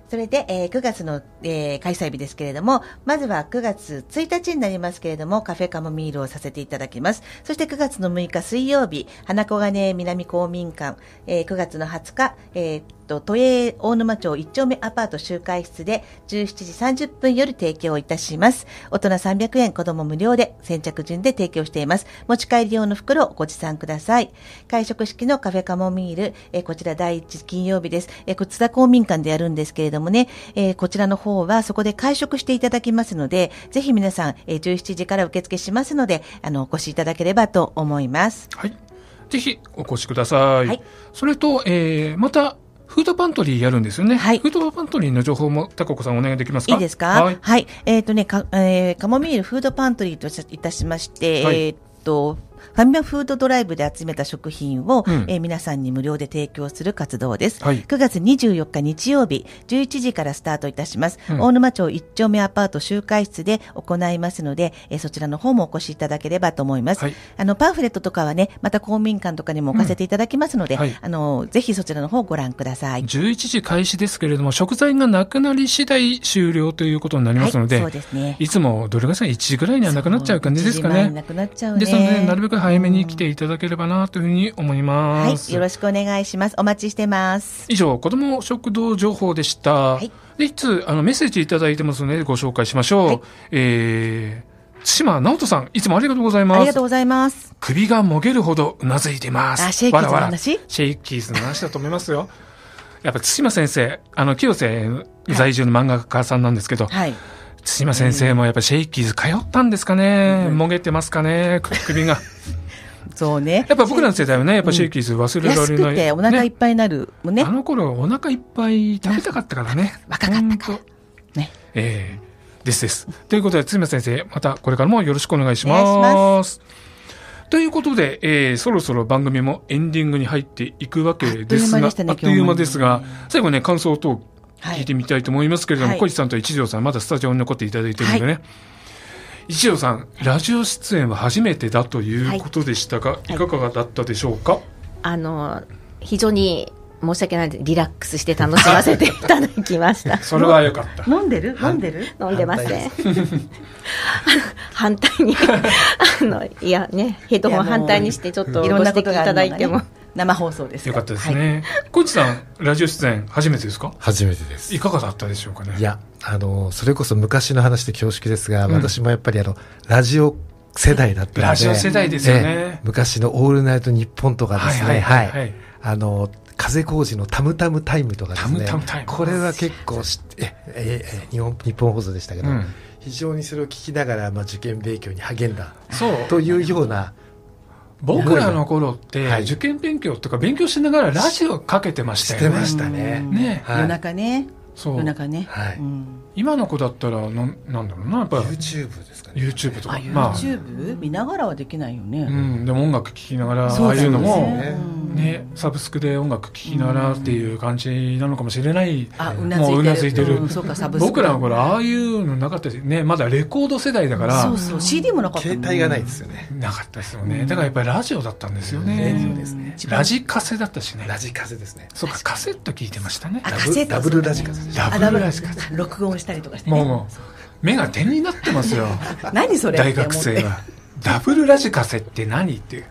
Speaker 1: それで、えー9月の、えー開催日ですけれども、まずは9月1日になりますけれども、カフェカモミールをさせていただきます。そして9月の6日水曜日、花小金井南公民館、えー9月の20日、えーっと、都営大沼町1丁目アパート集会室で17時30分より提供いたします。大人300円、子供無料で先着順で提供しています。持ち帰り用の袋をご持参ください。会食式のカフェカモミール、えーこちら第一金曜日です。えーこちら公民館でやるんですけれどもね、えーこちらの方はそこで会食していただきますので、ぜひ皆さん、えー17時から受付しますので、あの、お越しいただければと思います。
Speaker 2: はい。ぜひお越しください。
Speaker 1: はい
Speaker 2: それと、えー、また、フードパントリーやるんですよね。
Speaker 1: はい
Speaker 2: フードパントリーの情報も、タココさんお願いできますか
Speaker 1: いいですか
Speaker 2: は
Speaker 1: はいい。。えっ、とね、か、えーカモミールフードパントリーといたしまして、
Speaker 2: はい
Speaker 1: えっ、と、ファミマフードドライブで集めた食品を、
Speaker 2: うん
Speaker 1: えー皆さんに無料で提供する活動です。
Speaker 2: はい
Speaker 1: 9月24日日曜日、11時からスタートいたします。
Speaker 2: うん
Speaker 1: 大沼町1丁目アパート集会室で行いますので、えーそちらの方もお越しいただければと思います。
Speaker 2: はい
Speaker 1: あの、パンフレットとかはね、また公民館とかにも置かせていただきますので、
Speaker 2: うんはい
Speaker 1: あの、ぜひそちらの方をご覧ください。
Speaker 2: 11時開始ですけれども、食材がなくなり次第終了ということになりますので、
Speaker 1: はい、そうですね。
Speaker 2: いつもどれがさ1時ぐらいにはなくなっちゃう感じですか
Speaker 1: そう一時前に
Speaker 2: ね。
Speaker 1: なくなっちゃうね。
Speaker 2: ですので、なるべく早めに来ていただければなというふうに思い
Speaker 1: は
Speaker 2: ます。
Speaker 1: い、よろしくお願いします。お待ちしてます。
Speaker 2: 以上、子ども食堂情報でした。
Speaker 1: い
Speaker 2: で、いつ、あの、メッセージいただいてますので、ご紹介しましょう。
Speaker 1: はい
Speaker 2: えー、津島直人さん、いつもありがとうござい
Speaker 1: あ
Speaker 2: ま
Speaker 1: りがと
Speaker 2: す
Speaker 1: う。ございます。
Speaker 2: 首がもげるほどうなずいています。
Speaker 1: あシェイキーズの
Speaker 2: わらわら
Speaker 1: 話
Speaker 2: シェイキーズの話だと思いま すよ。やっぱ、津島先生、あの、清瀬在住の漫画家さんなんですけど、
Speaker 1: はい。
Speaker 2: 津島先生もやっぱシェイキーズ通ったんですかね、もげてますかね首が。
Speaker 1: そうね。
Speaker 2: やっぱ僕らの世代はね、やっぱシェイキーズ忘れられない。
Speaker 1: 安くてお腹いっぱいになる。もうね
Speaker 2: あ。の頃お腹いっぱい食べたかったからね。
Speaker 1: 若かったから
Speaker 2: ほんと
Speaker 1: ね
Speaker 2: ええですです。ということで、津村先生、またこれからもよろしくお願いし
Speaker 1: お願
Speaker 2: ます。ということで、えーそろそろ番組もエンディングに入っていくわけですが、
Speaker 1: あっという間でしたね
Speaker 2: あっという間ですが
Speaker 1: 今日もね、
Speaker 2: 最後ね、感想等
Speaker 1: はい
Speaker 2: 聞いてみたいと思いますけれども、
Speaker 1: はい
Speaker 2: 小路さんと一条さん、まだスタジオに残っていただいてるんでね。一条さん、ラジオ出演は初めてだということでしたが、い、かがだったでしょうか、
Speaker 4: あの非常に申し訳ないですリラックスして楽しませていただきました
Speaker 2: それはよかった。
Speaker 1: 飲んでる飲んでる
Speaker 4: 飲んでますね 反対にあのいやねヘッドホン反対にしてちょっとご
Speaker 1: い
Speaker 4: 指
Speaker 1: ろんな
Speaker 4: 摘
Speaker 1: こ
Speaker 4: い
Speaker 1: とがある
Speaker 4: た
Speaker 1: のがね
Speaker 4: だいても、
Speaker 1: 生放送です
Speaker 2: よ
Speaker 1: ら
Speaker 2: かったです。ね。小市さん、ラジオ出演初めてですか
Speaker 3: 初めてです
Speaker 2: いかがだったでしょうかね。
Speaker 3: いや、あの、それこそ昔の話で恐縮ですが、
Speaker 2: うん
Speaker 3: 私もやっぱりあの、ラジオ世代だったので。
Speaker 2: ラジオ世代ですよね
Speaker 3: ええ昔のオールナイト日本とかです
Speaker 2: はい
Speaker 3: ね。
Speaker 2: は
Speaker 3: はいい
Speaker 2: はいはい
Speaker 3: あの、風工事のタムタムタイムとかです
Speaker 2: タム
Speaker 3: ね。
Speaker 2: タムタイム
Speaker 3: これは結構知って、ええええ日本、日本放送でしたけど、
Speaker 2: うん
Speaker 3: 非常にそれを聞きながら、まあ、受験勉強に励んだ
Speaker 2: そう。
Speaker 3: というような、
Speaker 2: 僕らの頃って、
Speaker 3: はい
Speaker 2: 受験勉強とか勉強しながらラジオかけてました
Speaker 3: し
Speaker 2: よ
Speaker 3: て
Speaker 2: ね。
Speaker 3: ました
Speaker 1: う
Speaker 3: ね。
Speaker 1: ん
Speaker 2: ね
Speaker 3: はい
Speaker 1: 夜中ね。
Speaker 2: そ
Speaker 1: 夜
Speaker 2: う。
Speaker 1: 中ね。
Speaker 3: はい
Speaker 1: うん
Speaker 2: 今の子だったら、なんなんだろうな、やっぱ
Speaker 3: YouTube ですかね。
Speaker 2: YouTube と
Speaker 1: あ、
Speaker 2: か。まあ、
Speaker 1: YouTube? 見ながらはできないよ
Speaker 2: う
Speaker 1: ね。
Speaker 2: ん。でも音楽聴きながら、あ
Speaker 1: そ
Speaker 2: あ
Speaker 1: うだ
Speaker 2: い
Speaker 1: よ
Speaker 2: うの
Speaker 1: ね
Speaker 2: も、
Speaker 1: うん
Speaker 2: ね、サブスクで音楽聴きながらっていう感じなのかもしれない。
Speaker 1: あ、うなずいてる。
Speaker 2: もううなずいてる
Speaker 1: うん。そうか、サブスク。
Speaker 2: 僕らの頃、ああいうのなかったですね。まだレコード世代だから、
Speaker 1: そうそう、CD もなかったも
Speaker 3: 携
Speaker 1: ん。
Speaker 3: 帯がないですよね。
Speaker 2: なかったですよね。だからやっぱりラジオだったんですよね。
Speaker 3: ラジオですね
Speaker 1: 一番
Speaker 2: ラジカセだったしね。
Speaker 3: ラジカセですね。
Speaker 2: そうか、カセット聞いてましたね
Speaker 1: あ。
Speaker 3: ダ
Speaker 1: カセ
Speaker 3: ブ
Speaker 1: ット
Speaker 3: ダブルラジカセでした。
Speaker 2: ダ
Speaker 1: あ
Speaker 2: ブ
Speaker 1: ダ
Speaker 2: ル
Speaker 1: メ
Speaker 2: ラジカセ。
Speaker 1: 録音したりとかしてね。
Speaker 2: もう、目が点になってますよ。
Speaker 1: 何それ
Speaker 2: 大学生が。ダブルラジカセって何っていう。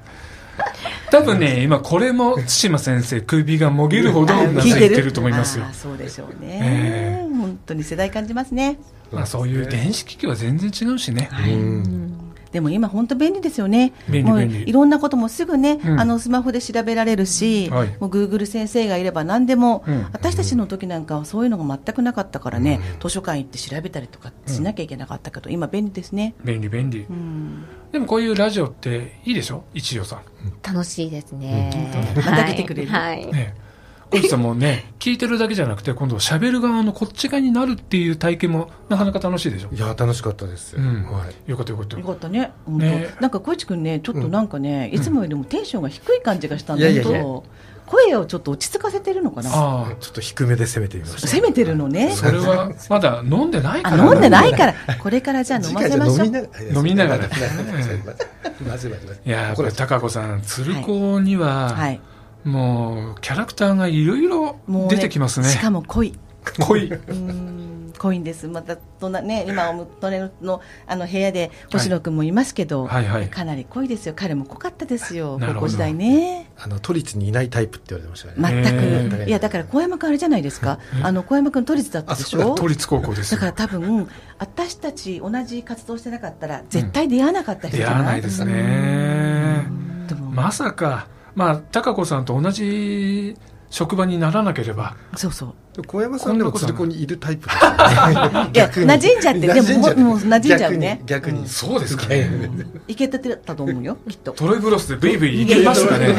Speaker 2: 多分ね、今これも津島先生首がもげるほどうなずいてると思いますよ
Speaker 1: あー。そうでしょうね、
Speaker 2: え
Speaker 1: 本当に世代感じますね
Speaker 2: まあそういう電子機器は全然違うしね。
Speaker 3: うん。
Speaker 1: ででも今本当便利ですよね。
Speaker 2: 便利
Speaker 1: もう
Speaker 2: 便利
Speaker 1: いろんなこともすぐね、
Speaker 2: うん
Speaker 1: あのスマホで調べられるし、
Speaker 2: はい
Speaker 1: もう Google 先生がいれば何でも、
Speaker 2: うん
Speaker 1: 私たちの時なんかはそういうのが全くなかったからね、図書館行って調べたりとかしなきゃいけなかったけど、今便利ですね。
Speaker 2: 便利便利
Speaker 1: う。ん。
Speaker 2: でもこういうラジオっていいでしょ一条さ
Speaker 4: 楽しいですね。
Speaker 1: うんまた来てくれる
Speaker 4: はい。はい
Speaker 2: ん。ねえ。小路さんもね、聞いてるだけじゃなくて、今度喋る側のこっち側になるっていう体験もなかなか楽しいでしょ
Speaker 3: いや楽しかったです、
Speaker 2: うん
Speaker 3: はい
Speaker 2: よかったよかった
Speaker 1: よ。かったね。本当
Speaker 2: ね
Speaker 1: なんか小市君ね、ちょっとなんかね、いつもよりもテンションが低い感じがしたんだ
Speaker 3: い
Speaker 1: け
Speaker 3: やいやいや
Speaker 1: ど、声をちょっと落ち着かせてるのかな。
Speaker 2: ああ。
Speaker 3: ちょっと低めで攻めてみました
Speaker 1: 攻めてるのね。
Speaker 2: それは、まだ飲んでないか
Speaker 1: あ
Speaker 2: ら。
Speaker 1: 飲んでないから、これからじゃあ飲ませ
Speaker 3: 次回じゃ
Speaker 1: ま
Speaker 3: あ
Speaker 1: しょう。
Speaker 2: 飲みなが ら
Speaker 3: 飲みながら飲みながらまずいまずいまずい
Speaker 2: いやー、これ、
Speaker 3: 怒ら
Speaker 2: 高子さん、鶴子には、
Speaker 1: はい。
Speaker 2: もう、キャラクターがいろいろ
Speaker 1: もう
Speaker 2: 出てきますね。
Speaker 1: しかも濃い。
Speaker 2: 濃い。
Speaker 1: うーん濃いんです。またとなね今お隣のあの部屋で星野くんもいますけど、
Speaker 2: はいはい
Speaker 1: かなり濃いですよ。彼も濃かったですよ。
Speaker 2: なるほ
Speaker 1: 高
Speaker 2: ど
Speaker 1: 校時代ね。
Speaker 3: あの都立にいないタイプって言われてましたよね、
Speaker 1: 全く、
Speaker 2: へ
Speaker 3: ー
Speaker 1: いやだから小山君あれじゃないですか。あの小山君都立だったでしょ。
Speaker 2: 都立高校です
Speaker 1: だ
Speaker 2: よ。
Speaker 1: から多分私たち同じ活動してなかったら絶対出会わなかった人
Speaker 2: 出
Speaker 1: じ
Speaker 2: 会
Speaker 1: ゃ
Speaker 2: わ
Speaker 1: ない,、
Speaker 2: ないですね。
Speaker 1: でも、
Speaker 2: まさか、まあ、高子さんと同じ職場にならなければ、
Speaker 1: そうそう
Speaker 3: でも小山さんでも鶴子にいるタイプですよね
Speaker 1: いや
Speaker 3: 逆に
Speaker 1: 馴染んじゃってでも
Speaker 3: 馴染んじゃって
Speaker 1: もうもう馴染んじゃうね
Speaker 3: 逆に逆に、
Speaker 1: うん
Speaker 2: そうですか
Speaker 3: いや
Speaker 2: ね
Speaker 3: い。や
Speaker 1: いけたてだったと思うよきっと
Speaker 2: トロイブロスでベイベーいけましたね。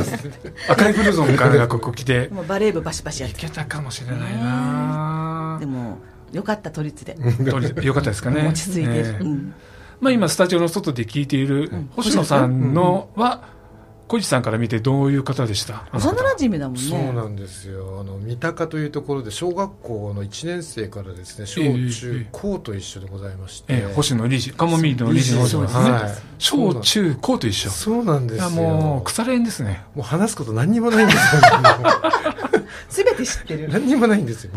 Speaker 2: 赤いブルゾンからがここ来て、
Speaker 1: もうバレー部バシバシやっ
Speaker 2: い
Speaker 1: て
Speaker 2: けたかもしれないな
Speaker 1: でもよかった都立で、
Speaker 2: 都立よかったですかね。
Speaker 1: 落ち着いてる、
Speaker 2: ね
Speaker 1: うん
Speaker 2: まあ、今、スタジオの外で聞いている星野さんのは、小路さんから見てどういう方でしたあの方
Speaker 1: 幼馴染だもんね
Speaker 3: そうなんですよあの三鷹というところで小学校の1年生からですね小
Speaker 2: えええ
Speaker 3: 中
Speaker 2: え
Speaker 3: 高と一緒でございまして、
Speaker 2: ええ星野理事、カモミールの理事の星野さんね
Speaker 3: はい
Speaker 2: 小中高と一緒。
Speaker 3: そうなん
Speaker 2: い
Speaker 3: です
Speaker 2: や、
Speaker 3: よ
Speaker 2: も
Speaker 3: も
Speaker 2: う、腐れ縁ですね。
Speaker 3: う話すこと何にもないんです よ
Speaker 1: 全て知 ってる
Speaker 3: 何にもないんですよ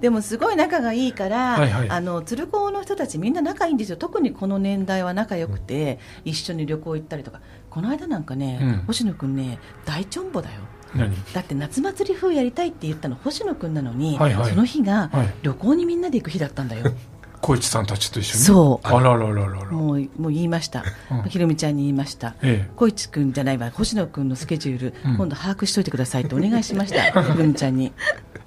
Speaker 1: でもすごい仲がいいから、
Speaker 2: はいはい
Speaker 1: あの鶴光の人たちみんな仲いいんですよ特にこの年代は仲良くて、一緒に旅行行ったりとかこの間なんかね、
Speaker 2: うん
Speaker 1: 星野くんね大チョンボだよ
Speaker 2: 何
Speaker 1: だって夏祭り風やりたいって言ったの星野くんなのに、
Speaker 2: はいはい
Speaker 1: その日が
Speaker 2: はい
Speaker 1: 旅行にみんなで行く日だったんだよ、
Speaker 2: 小市さんたちと一緒に。
Speaker 1: そ
Speaker 2: あららららら
Speaker 1: う。もうもう言いました、
Speaker 2: うん
Speaker 1: ひろみちゃんに言いました
Speaker 2: え
Speaker 1: 小市君じゃないわ星野君のスケジュール、
Speaker 2: うん
Speaker 1: 今度把握しといてくださいってお願いしました ひろみちゃんに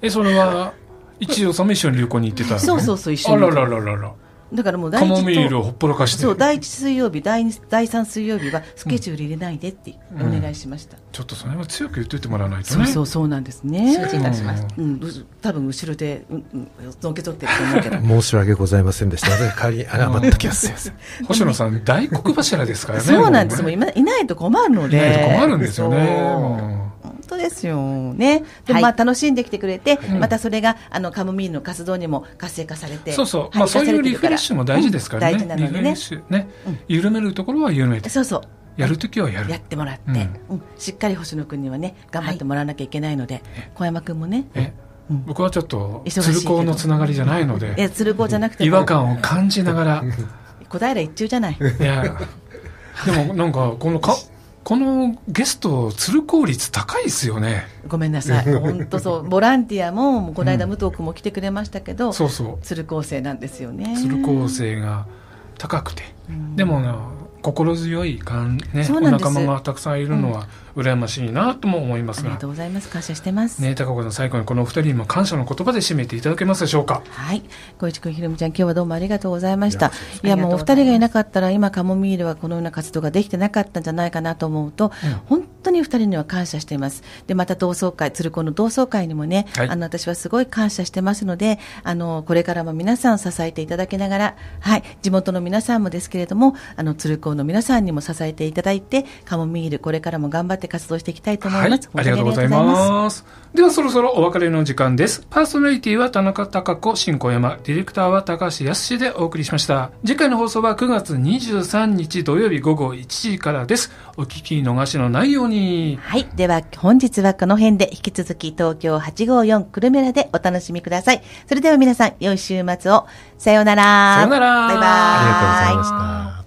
Speaker 2: え。え、それは、一条さんも一緒に旅行に行ってたのね
Speaker 1: そうそうそう一緒に
Speaker 2: あららららら。
Speaker 1: だからもう
Speaker 2: カ
Speaker 1: 第
Speaker 2: モミー
Speaker 1: 一
Speaker 2: ル
Speaker 1: と
Speaker 2: をほっぽらかして。
Speaker 1: そう第一水曜日第二第三水曜日はスケジュール入れないでってお願いしました、
Speaker 2: ちょっとそれは強く言っといてもらわないと
Speaker 1: そう
Speaker 2: ね。
Speaker 1: そうそうなんですね
Speaker 4: 承知いたしました。
Speaker 1: うん、う多分後ろで、うんうん、のけ取ってると思うけど
Speaker 3: 申し訳ございませんでした仮に謝っときますすいません
Speaker 2: 星野さん、大黒柱ですからね。
Speaker 1: そうなんです、
Speaker 2: も
Speaker 1: もう
Speaker 2: ね
Speaker 1: 今いないと困るので、
Speaker 2: ね困るんですよね。
Speaker 1: そう
Speaker 2: も
Speaker 1: 本当ですよね、でも
Speaker 4: はい
Speaker 1: まあ楽しんできてくれて、
Speaker 2: ん
Speaker 1: またそれがあのカムミールの活動にも活性化されて、
Speaker 2: うそうそう。
Speaker 1: は
Speaker 2: ま
Speaker 1: い
Speaker 2: あそういうリフレッシュも大事ですからね。
Speaker 1: うん大事なので
Speaker 2: リフレ
Speaker 1: ね
Speaker 2: ッ、シュね。緩めるところは緩めて。
Speaker 1: そうそう、
Speaker 2: やるときはやる
Speaker 1: や。ってもらって、うんしっかり星野君にはね、頑張ってもらわなきゃいけないので、小山君もね、
Speaker 2: え、
Speaker 1: うん
Speaker 2: 僕はちょっと、
Speaker 1: 忙しいけど
Speaker 2: 鶴光のつながりじゃないの
Speaker 1: いや
Speaker 2: で、
Speaker 1: 鶴子じゃなくても、
Speaker 2: 違和感を感じな がら、
Speaker 1: 小平一中じゃない、
Speaker 2: いや、でもなんか、このか、このゲスト、鶴光率高いですよね。
Speaker 1: ごめんなさい、本当そう、ボランティアも、もうこの間、
Speaker 2: うん
Speaker 1: 武藤君も来てくれましたけど、
Speaker 2: そうそう。
Speaker 1: 鶴光生なんですよね。
Speaker 2: 鶴光生が高くて、でもな心強い感、ね、
Speaker 1: そう
Speaker 2: お
Speaker 1: なんです
Speaker 2: 仲間がたくさんいるのは羨ましいなとも思いま
Speaker 1: あ
Speaker 2: す
Speaker 1: りが
Speaker 2: が
Speaker 1: と、うございます。感謝してます。
Speaker 2: ね、高子さん最後にこのお二人にも感謝の言葉で締めていただけますでしょうか
Speaker 1: はい。小市君、ひろみちゃん、今日はどうもありがとうございました。い
Speaker 4: い
Speaker 1: や、
Speaker 4: や
Speaker 1: もうお
Speaker 4: ありがとうござ
Speaker 1: 二
Speaker 4: い
Speaker 1: 人
Speaker 4: ます
Speaker 1: がいなかったら、今、カモミールはこのような活動ができてなかったんじゃないかなと思うと、
Speaker 2: うん
Speaker 1: 本当に二人には感謝しています。で、また同窓会、鶴子の同窓会にもね、
Speaker 2: はい
Speaker 1: あの、私はすごい感謝してますので、あの、これからも皆さん支えていただきながら、はい、地元の皆さんもですけれども、あの、鶴子の皆さんにも支えていただいて、カモミール、これからも頑張って活動していきたいと思
Speaker 2: はい
Speaker 1: ま
Speaker 2: い
Speaker 1: す。、
Speaker 2: ありがとうござい
Speaker 1: 本当にありがとうございます。
Speaker 2: ます。ではそろそろお別れの時間です。パーソナリティは田中貴子、新小山、ディレクターは高橋康でお送りしました。次回の放送は9月23日土曜日午後1時からです。お聞き逃しのないように。
Speaker 1: はい。では、本日はこの辺で、引き続き東京854クルメラでお楽しみください。それでは皆さん、良い週末を。さようなら。
Speaker 2: さようなら
Speaker 1: バイバイ。
Speaker 3: ありがとうございました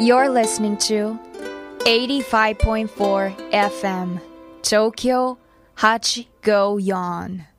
Speaker 5: You're listening to 85.4 FM Tokyo Hachigoyon